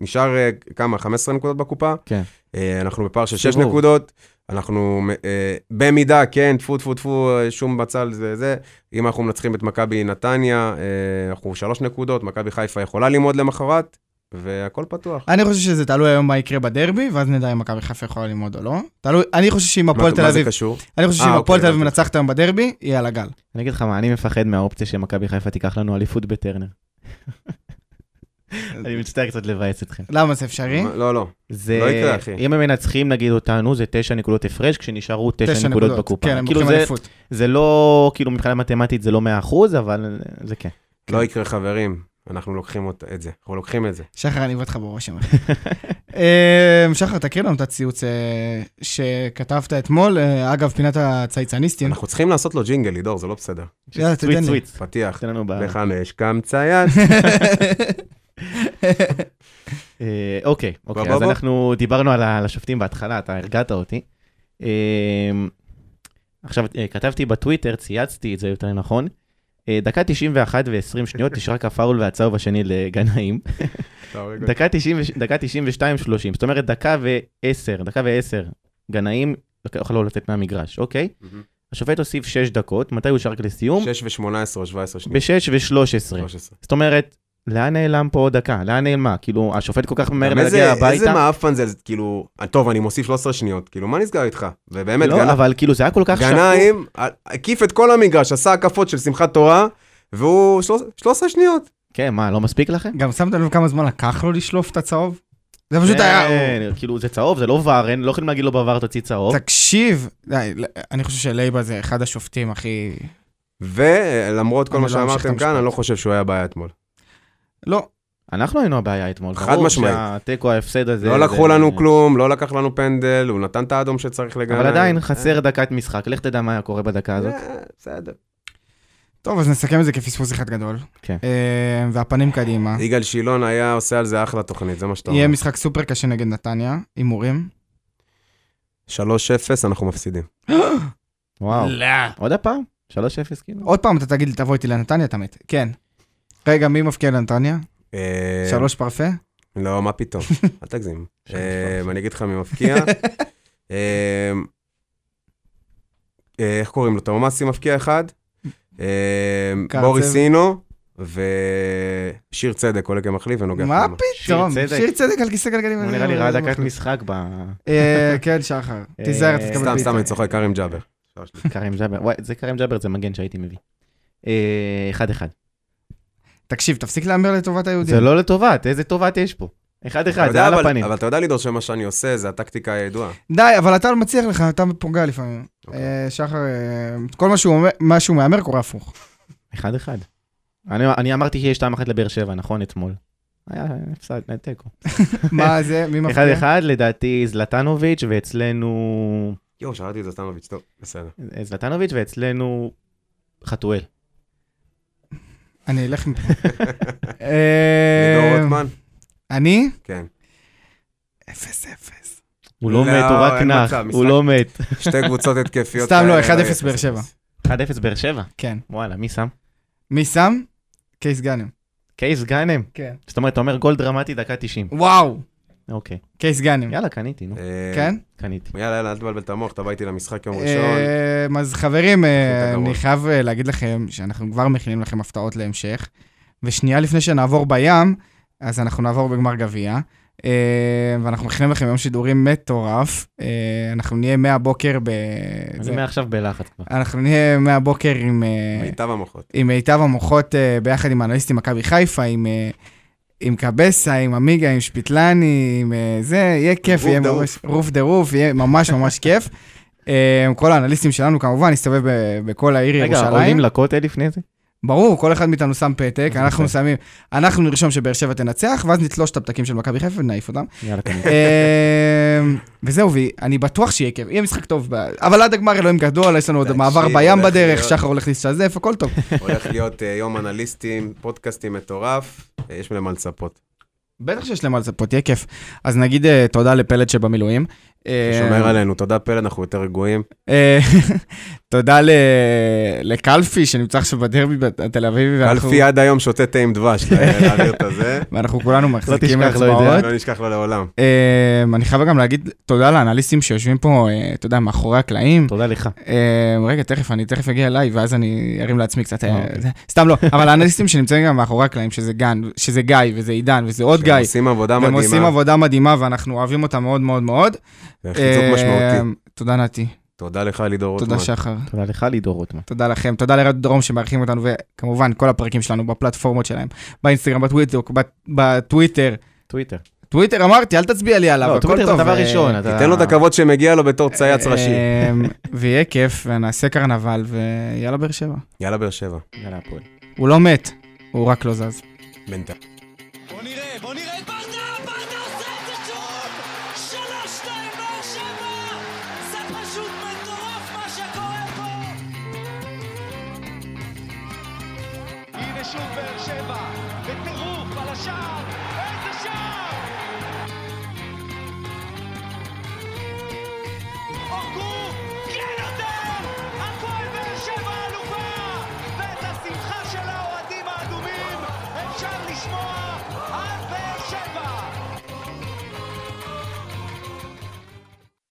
Speaker 3: נשאר אה, כמה? 15 נקודות בקופה?
Speaker 2: כן.
Speaker 3: אה, אנחנו בפער של 6
Speaker 2: סיבוב.
Speaker 3: נקודות. אנחנו, אה, במידה, כן, טפו, טפו, טפו, אה, שום בצל זה זה. אם אנחנו מנצחים את מכבי נתניה, אה, אנחנו שלוש נקודות, מכבי חיפה יכולה ללמוד למחרת, והכל פתוח.
Speaker 1: אני חושב שזה תלוי היום מה יקרה בדרבי, ואז נדע אם מכבי חיפה יכולה ללמוד או לא. תלוי, אני חושב שאם הפועל
Speaker 3: מה-
Speaker 1: תל
Speaker 3: מה זה
Speaker 1: אביב,
Speaker 3: קשור?
Speaker 1: אני חושב
Speaker 3: אה,
Speaker 1: שאם
Speaker 3: אוקיי,
Speaker 1: הפועל תל אביב
Speaker 3: הבנתי.
Speaker 1: מנצחת היום בדרבי, יהיה על הגל.
Speaker 2: אני אגיד לך מה, אני מפחד מהאופציה שמכבי חיפה תיקח לנו אליפות
Speaker 3: <laughs>
Speaker 2: בטרנר. אני מצטער קצת לבאס אתכם.
Speaker 1: למה זה אפשרי?
Speaker 3: מה- לא, לא.
Speaker 2: זה,
Speaker 3: לא יקרה, אחי.
Speaker 2: אם הם מנצחים נגיד אותנו, זה תשע נקודות הפרש, כשנשארו תשע נקודות בקופה.
Speaker 1: כן, הם
Speaker 2: כאילו
Speaker 1: לוקחים
Speaker 2: זה-
Speaker 1: אליפות.
Speaker 2: זה לא, כאילו מבחינה מתמטית זה לא 100%, אבל אה, זה כן.
Speaker 3: לא יקרה, חברים. אנחנו לוקחים אות- את זה. אנחנו לוקחים את זה.
Speaker 2: כן.
Speaker 1: שחר, אני אבוא לך בראש. אמר. <laughs> אמ, שחר, תקריא לנו את הציוץ אה, שכתבת אתמול, אה, אגב, פינת הצייצניסטים.
Speaker 3: אנחנו צריכים לעשות לו ג'ינגל, לידור, זה לא בסדר.
Speaker 1: יאללה, תתן לי.
Speaker 2: סוויץ, סוויץ.
Speaker 3: פתיח.
Speaker 2: תן לנו ב...
Speaker 3: בחמש קמצא
Speaker 2: <laughs>
Speaker 3: יד.
Speaker 2: אה, אוקיי, אוקיי, אז
Speaker 3: סבבה?
Speaker 2: אנחנו דיברנו על ה- על השופטים בהתחלה, אתה הרגעת אותי. אה, עכשיו, אה, כתבתי בטוויטר, צייצתי את זה יותר נכון. אה, דקה 91 ו-20
Speaker 3: <laughs>
Speaker 2: שניות, נשרק הפאול והצהוב השני לגנאים.
Speaker 3: אתה הורג אותי.
Speaker 2: דקה 90 ו- דקה 92, 30, זאת אומרת דקה ו-10, דקה ו-10, גנאים, לא יכולו לצאת מהמגרש, אוקיי?
Speaker 3: מהמם.
Speaker 2: השופט הוסיף 6 דקות, מתי הוא שרק לסיום?
Speaker 3: שש ושמונה עשרה או שבע עשרה שניות.
Speaker 2: ב-6 ו-13.
Speaker 3: 13.
Speaker 2: זאת אומרת, לאן נעלם פה עוד דקה? לאן נעלמה? כאילו, השופט כל כך מהר
Speaker 3: גם איזה-
Speaker 2: להגיע
Speaker 3: איזה
Speaker 2: הביתה?
Speaker 3: מעפן זה, זה כאילו, אה, טוב, אני מוסיף 13 שניות, כאילו, מה נסגר איתך? ובאמת,
Speaker 2: לא,
Speaker 3: גנא-
Speaker 2: אבל כאילו זה היה כל כך שקוף.
Speaker 3: גנאים אה, הקיף את כל המגרש, עשה הקפות של שמחת תורה, והוא שלוש- 13 שניות.
Speaker 2: כן, מה, לא מספיק לכם?
Speaker 1: גם שמת לב כמה זמן לקח לו לשלוף את הצהוב? זה פשוט היה...
Speaker 2: כן, כאילו, זה צהוב, זה לא ור, אין, לא יכולים להגיד לו בעבר תוציא צהוב.
Speaker 1: תקשיב, די, אני חושב שלייבה זה אחד השופטים הכי...
Speaker 3: ולמרות כל
Speaker 1: אני
Speaker 3: מה
Speaker 1: לא אמשיך את
Speaker 3: שאמרתם כאן,
Speaker 1: המשפט.
Speaker 3: אני לא חושב שהוא היה בעיה אתמול.
Speaker 1: לא,
Speaker 2: אנחנו היינו הבעיה אתמול.
Speaker 3: חד משמעית.
Speaker 2: ברור שהתיקו, ההפסד הזה...
Speaker 3: לא לקחו
Speaker 2: זה-
Speaker 3: לנו כלום, לא לקח לנו פנדל, הוא נתן את האדום שצריך לגמרי.
Speaker 2: אבל עדיין חסר דקת משחק, לך תדע מה היה קורה בדקה הזאת.
Speaker 3: אה, בסדר.
Speaker 1: טוב, אז נסכם את זה כפספוס אחד גדול.
Speaker 2: כן.
Speaker 1: אה, והפנים קדימה.
Speaker 3: יגאל שילון היה עושה על זה אחלה תוכנית, זה מה שאתה אומר.
Speaker 1: יהיה משחק סופר קשה נגד נתניה, הימורים.
Speaker 3: 3-0, אנחנו מפסידים.
Speaker 2: וואו.
Speaker 1: לא.
Speaker 2: עוד הפעם? 3-0 כאילו.
Speaker 1: עוד פעם אתה תגיד לי, תבוא איתי לנתניה, אתה מת. כן. רגע, מי מבקיע לנתניה?
Speaker 3: אה,
Speaker 1: שלוש פרפה?
Speaker 3: לא, מה
Speaker 2: <laughs>
Speaker 3: פתאום, אל תגזים.
Speaker 2: שלוש,
Speaker 3: אה,
Speaker 2: שלוש.
Speaker 3: אני אגיד לך
Speaker 1: <laughs>
Speaker 3: מי מפקיע. אה, אה, איך קוראים לו? תאומאסי מפקיע אחד, אה,
Speaker 1: קרצב.
Speaker 3: בוריסינו, ושיר צדק עולה כמחליף ונוגח.
Speaker 1: מה
Speaker 3: כמה.
Speaker 2: שיר
Speaker 1: פתאום?
Speaker 2: צדק.
Speaker 1: שיר לא צדק על כיסא גלגלים.
Speaker 2: הוא נראה לי ראה דקת משחק ב...
Speaker 1: אה, כן, שחר.
Speaker 2: אה,
Speaker 1: תיזהר, אתה תקבל
Speaker 3: סתם, סתם,
Speaker 1: בעיטה.
Speaker 3: אני צוחק, קרים ג'אבר.
Speaker 2: כרים ג'אבר. וואי, זה כרים ג'אבר, זה מגן שהייתי מביא. אה, אחד אחד.
Speaker 1: תקשיב, תפסיק להמר לטובת היהודים.
Speaker 2: זה לא לטובת, איזה טובת יש פה? אחד
Speaker 3: אתה
Speaker 2: אחד,
Speaker 3: יודע,
Speaker 2: זה על
Speaker 3: אבל-
Speaker 2: הפנים.
Speaker 3: אבל אתה יודע לידור שמה שאני עושה זה הטקטיקה הידועה.
Speaker 1: די, אבל אתה לא מצליח לך, אתה פוגע לפעמים.
Speaker 3: אוקיי.
Speaker 1: אה, שחר, אה, כל מה שהוא אומר, מה שהוא מהמר קורה הפוך.
Speaker 2: <laughs> אחד אחד. אני, אני אמרתי שיש 2-1 לבאר שבע, נכון, אתמול. היה הפסד, היה תיקו.
Speaker 1: מה זה, מי מפקיע?
Speaker 2: אחד אחד, לדעתי זלטנוביץ', ואצלנו...
Speaker 3: יואו, שאלתי את זה סתם טוב, בסדר.
Speaker 2: זלטנוביץ', ואצלנו חתואל.
Speaker 1: אני אלך
Speaker 2: <laughs>
Speaker 1: מפה. אה,
Speaker 3: לידור רוטמן?
Speaker 1: אני?
Speaker 3: כן.
Speaker 1: אפס אפס.
Speaker 2: הוא לא
Speaker 3: לא,
Speaker 2: מת, הוא רק
Speaker 3: אין
Speaker 2: נח,
Speaker 3: מצב,
Speaker 2: הוא
Speaker 3: משחק.
Speaker 2: לא מת.
Speaker 3: שתי קבוצות התקפיות.
Speaker 1: סתם, לא,
Speaker 3: כאלה, אה,
Speaker 1: 1-0
Speaker 3: אפס,
Speaker 1: באר
Speaker 3: אפס.
Speaker 1: שבע.
Speaker 2: 1-0 באר שבע.
Speaker 1: כן.
Speaker 2: וואלה, מי שם?
Speaker 1: מי שם? קייס גאנם.
Speaker 2: קייס גאנם.
Speaker 1: כן.
Speaker 2: זאת אומרת, אתה אומר גול דרמטי דקה 90.
Speaker 1: וואו,
Speaker 2: אוקיי.
Speaker 1: קייס גאנם.
Speaker 2: יאללה, קניתי, נו.
Speaker 3: אה,
Speaker 1: כן?
Speaker 2: קניתי.
Speaker 3: יאללה, יאללה, אל תבלבל את המוח, אתה בא איתי למשחק יום ראשון.
Speaker 1: אה, אז חברים, אה,
Speaker 3: אתה גרוע.
Speaker 1: אני חייב אה, להגיד לכם שאנחנו כבר מכינים לכם הפתעות להמשך. ושנייה לפני שנעבור בים, אז אנחנו נעבור בגמר גביע. אה, ואנחנו מכינים לכם יום שידורים מטורף. אה, אנחנו נהיה מהבוקר ב...
Speaker 2: אני
Speaker 1: זה-
Speaker 2: מעכשיו בלחץ כבר.
Speaker 1: אנחנו נהיה מהבוקר עם... אה,
Speaker 3: מיטב המוחות.
Speaker 1: עם מיטב המוחות אה, ביחד עם אנליסטים מכבי חיפה, עם, אה, עם קבסה, עם עמיגה, עם שפיטלני, עם אה, זה, יהיה כיף,
Speaker 3: רוף
Speaker 1: יהיה
Speaker 3: דרוף.
Speaker 1: ממש רוף דרוף, יהיה ממש ממש כיף. אה, כל האנליסטים שלנו כמובן, נסתובב ב- בכל העיר
Speaker 2: רגע,
Speaker 1: ירושלים.
Speaker 2: עולים לכותל לפני זה?
Speaker 1: ברור, כל אחד מאיתנו שם פתק,
Speaker 2: זה
Speaker 1: אנחנו
Speaker 2: יפה.
Speaker 1: שמים, אנחנו נרשום שבאר שבע תנצח, ואז נתלוש את הפתקים של מכבי חיפה ונעיף
Speaker 3: <laughs>
Speaker 1: אותם.
Speaker 2: יאללה, קניתי.
Speaker 1: אה, וזהו, ואני בטוח שיהיה כיף, יהיה משחק טוב, ב- אבל עד הגמר אלוהים גדול, יש לנו עוד
Speaker 3: תקשיב,
Speaker 1: מעבר בים
Speaker 3: הולך
Speaker 1: בדרך,
Speaker 3: להיות-
Speaker 1: שחר הולך להשתזף, הכל טוב.
Speaker 3: הולך להיות אה, יום אנליסטים, פודקאסטים מטורף, אה, יש למה לצפות.
Speaker 1: בטח שיש להם על זה פה, תהיה כיף. אז נגיד אה, תודה לפלד שבמילואים. אה,
Speaker 3: שומר עלינו, תודה פלד, אנחנו יותר רגועים.
Speaker 1: אה, <laughs> תודה ל- לקלפי שנמצא עכשיו בדרבי בתל אביבי. ואנחנו-
Speaker 3: קלפי עד היום שותה תה עם
Speaker 1: <laughs>
Speaker 3: דבש, אה, להעביר את הזה.
Speaker 1: ואנחנו כולנו מחזיקים
Speaker 2: תשכח, לא יודע.
Speaker 1: אצבעות.
Speaker 3: לא נשכח לו לעולם.
Speaker 1: אה, אני חייב גם להגיד תודה לאנליסטים שיושבים פה, אה, אתה יודע, מאחורי הקלעים.
Speaker 2: תודה לך.
Speaker 1: אה, רגע, תכף, אני תכף אגיע אליי, ואז אני ארים לעצמי קצת, אה,
Speaker 2: אוקיי.
Speaker 1: זה- סתם לא, אבל האנליסטים שנמצאים גם מאחורי הקלעים, שזה גן, שזה גיא, וזה עידן, וזה עוד גיא,
Speaker 3: שהם עושים עבודה
Speaker 1: והם עושים
Speaker 3: מדהימה,
Speaker 1: עבודה מדהימה, ואנחנו אוהבים אותם מאוד מאוד מאוד.
Speaker 3: זה חיזוק משמעותי.
Speaker 1: אה, תודה נתי,
Speaker 3: תודה לך, לידור רוטמן.
Speaker 1: תודה שחר,
Speaker 2: תודה לך, לידור רוטמן.
Speaker 1: תודה לכם, תודה לרד דרום שמארחים אותנו, וכמובן כל הפרקים שלנו בפלטפורמות שלהם, באינסטגרם, בטוויטר, בט- בטוויטר,
Speaker 2: טוויטר.
Speaker 1: טוויטר אמרתי, אל תצביע לי עליו,
Speaker 2: לא,
Speaker 1: הכל טוב.
Speaker 2: טוויטר זה דבר
Speaker 1: אה,
Speaker 2: ראשון. אתה-
Speaker 3: תיתן לו את הכבוד שמגיע לו בתור צייץ
Speaker 1: אה,
Speaker 3: ראשי.
Speaker 1: ויהיה כיף, ונעשה קרנבל, ויאללה באר שבע.
Speaker 3: יאללה, באר שבע.
Speaker 2: יאללה, הפועל.
Speaker 1: הוא לא מת, הוא רק לא זז.
Speaker 3: בינתיים.
Speaker 4: בוא נראה, בוא נראה את ברדה, ברדה עושה את זה שוב! שלוש, שתיים, באר שבע! זה פשוט מטורף מה שקורה פה!
Speaker 5: הנה שוב באר שבע, בטירוף על השער, איזה שער! אוגו!
Speaker 4: כן,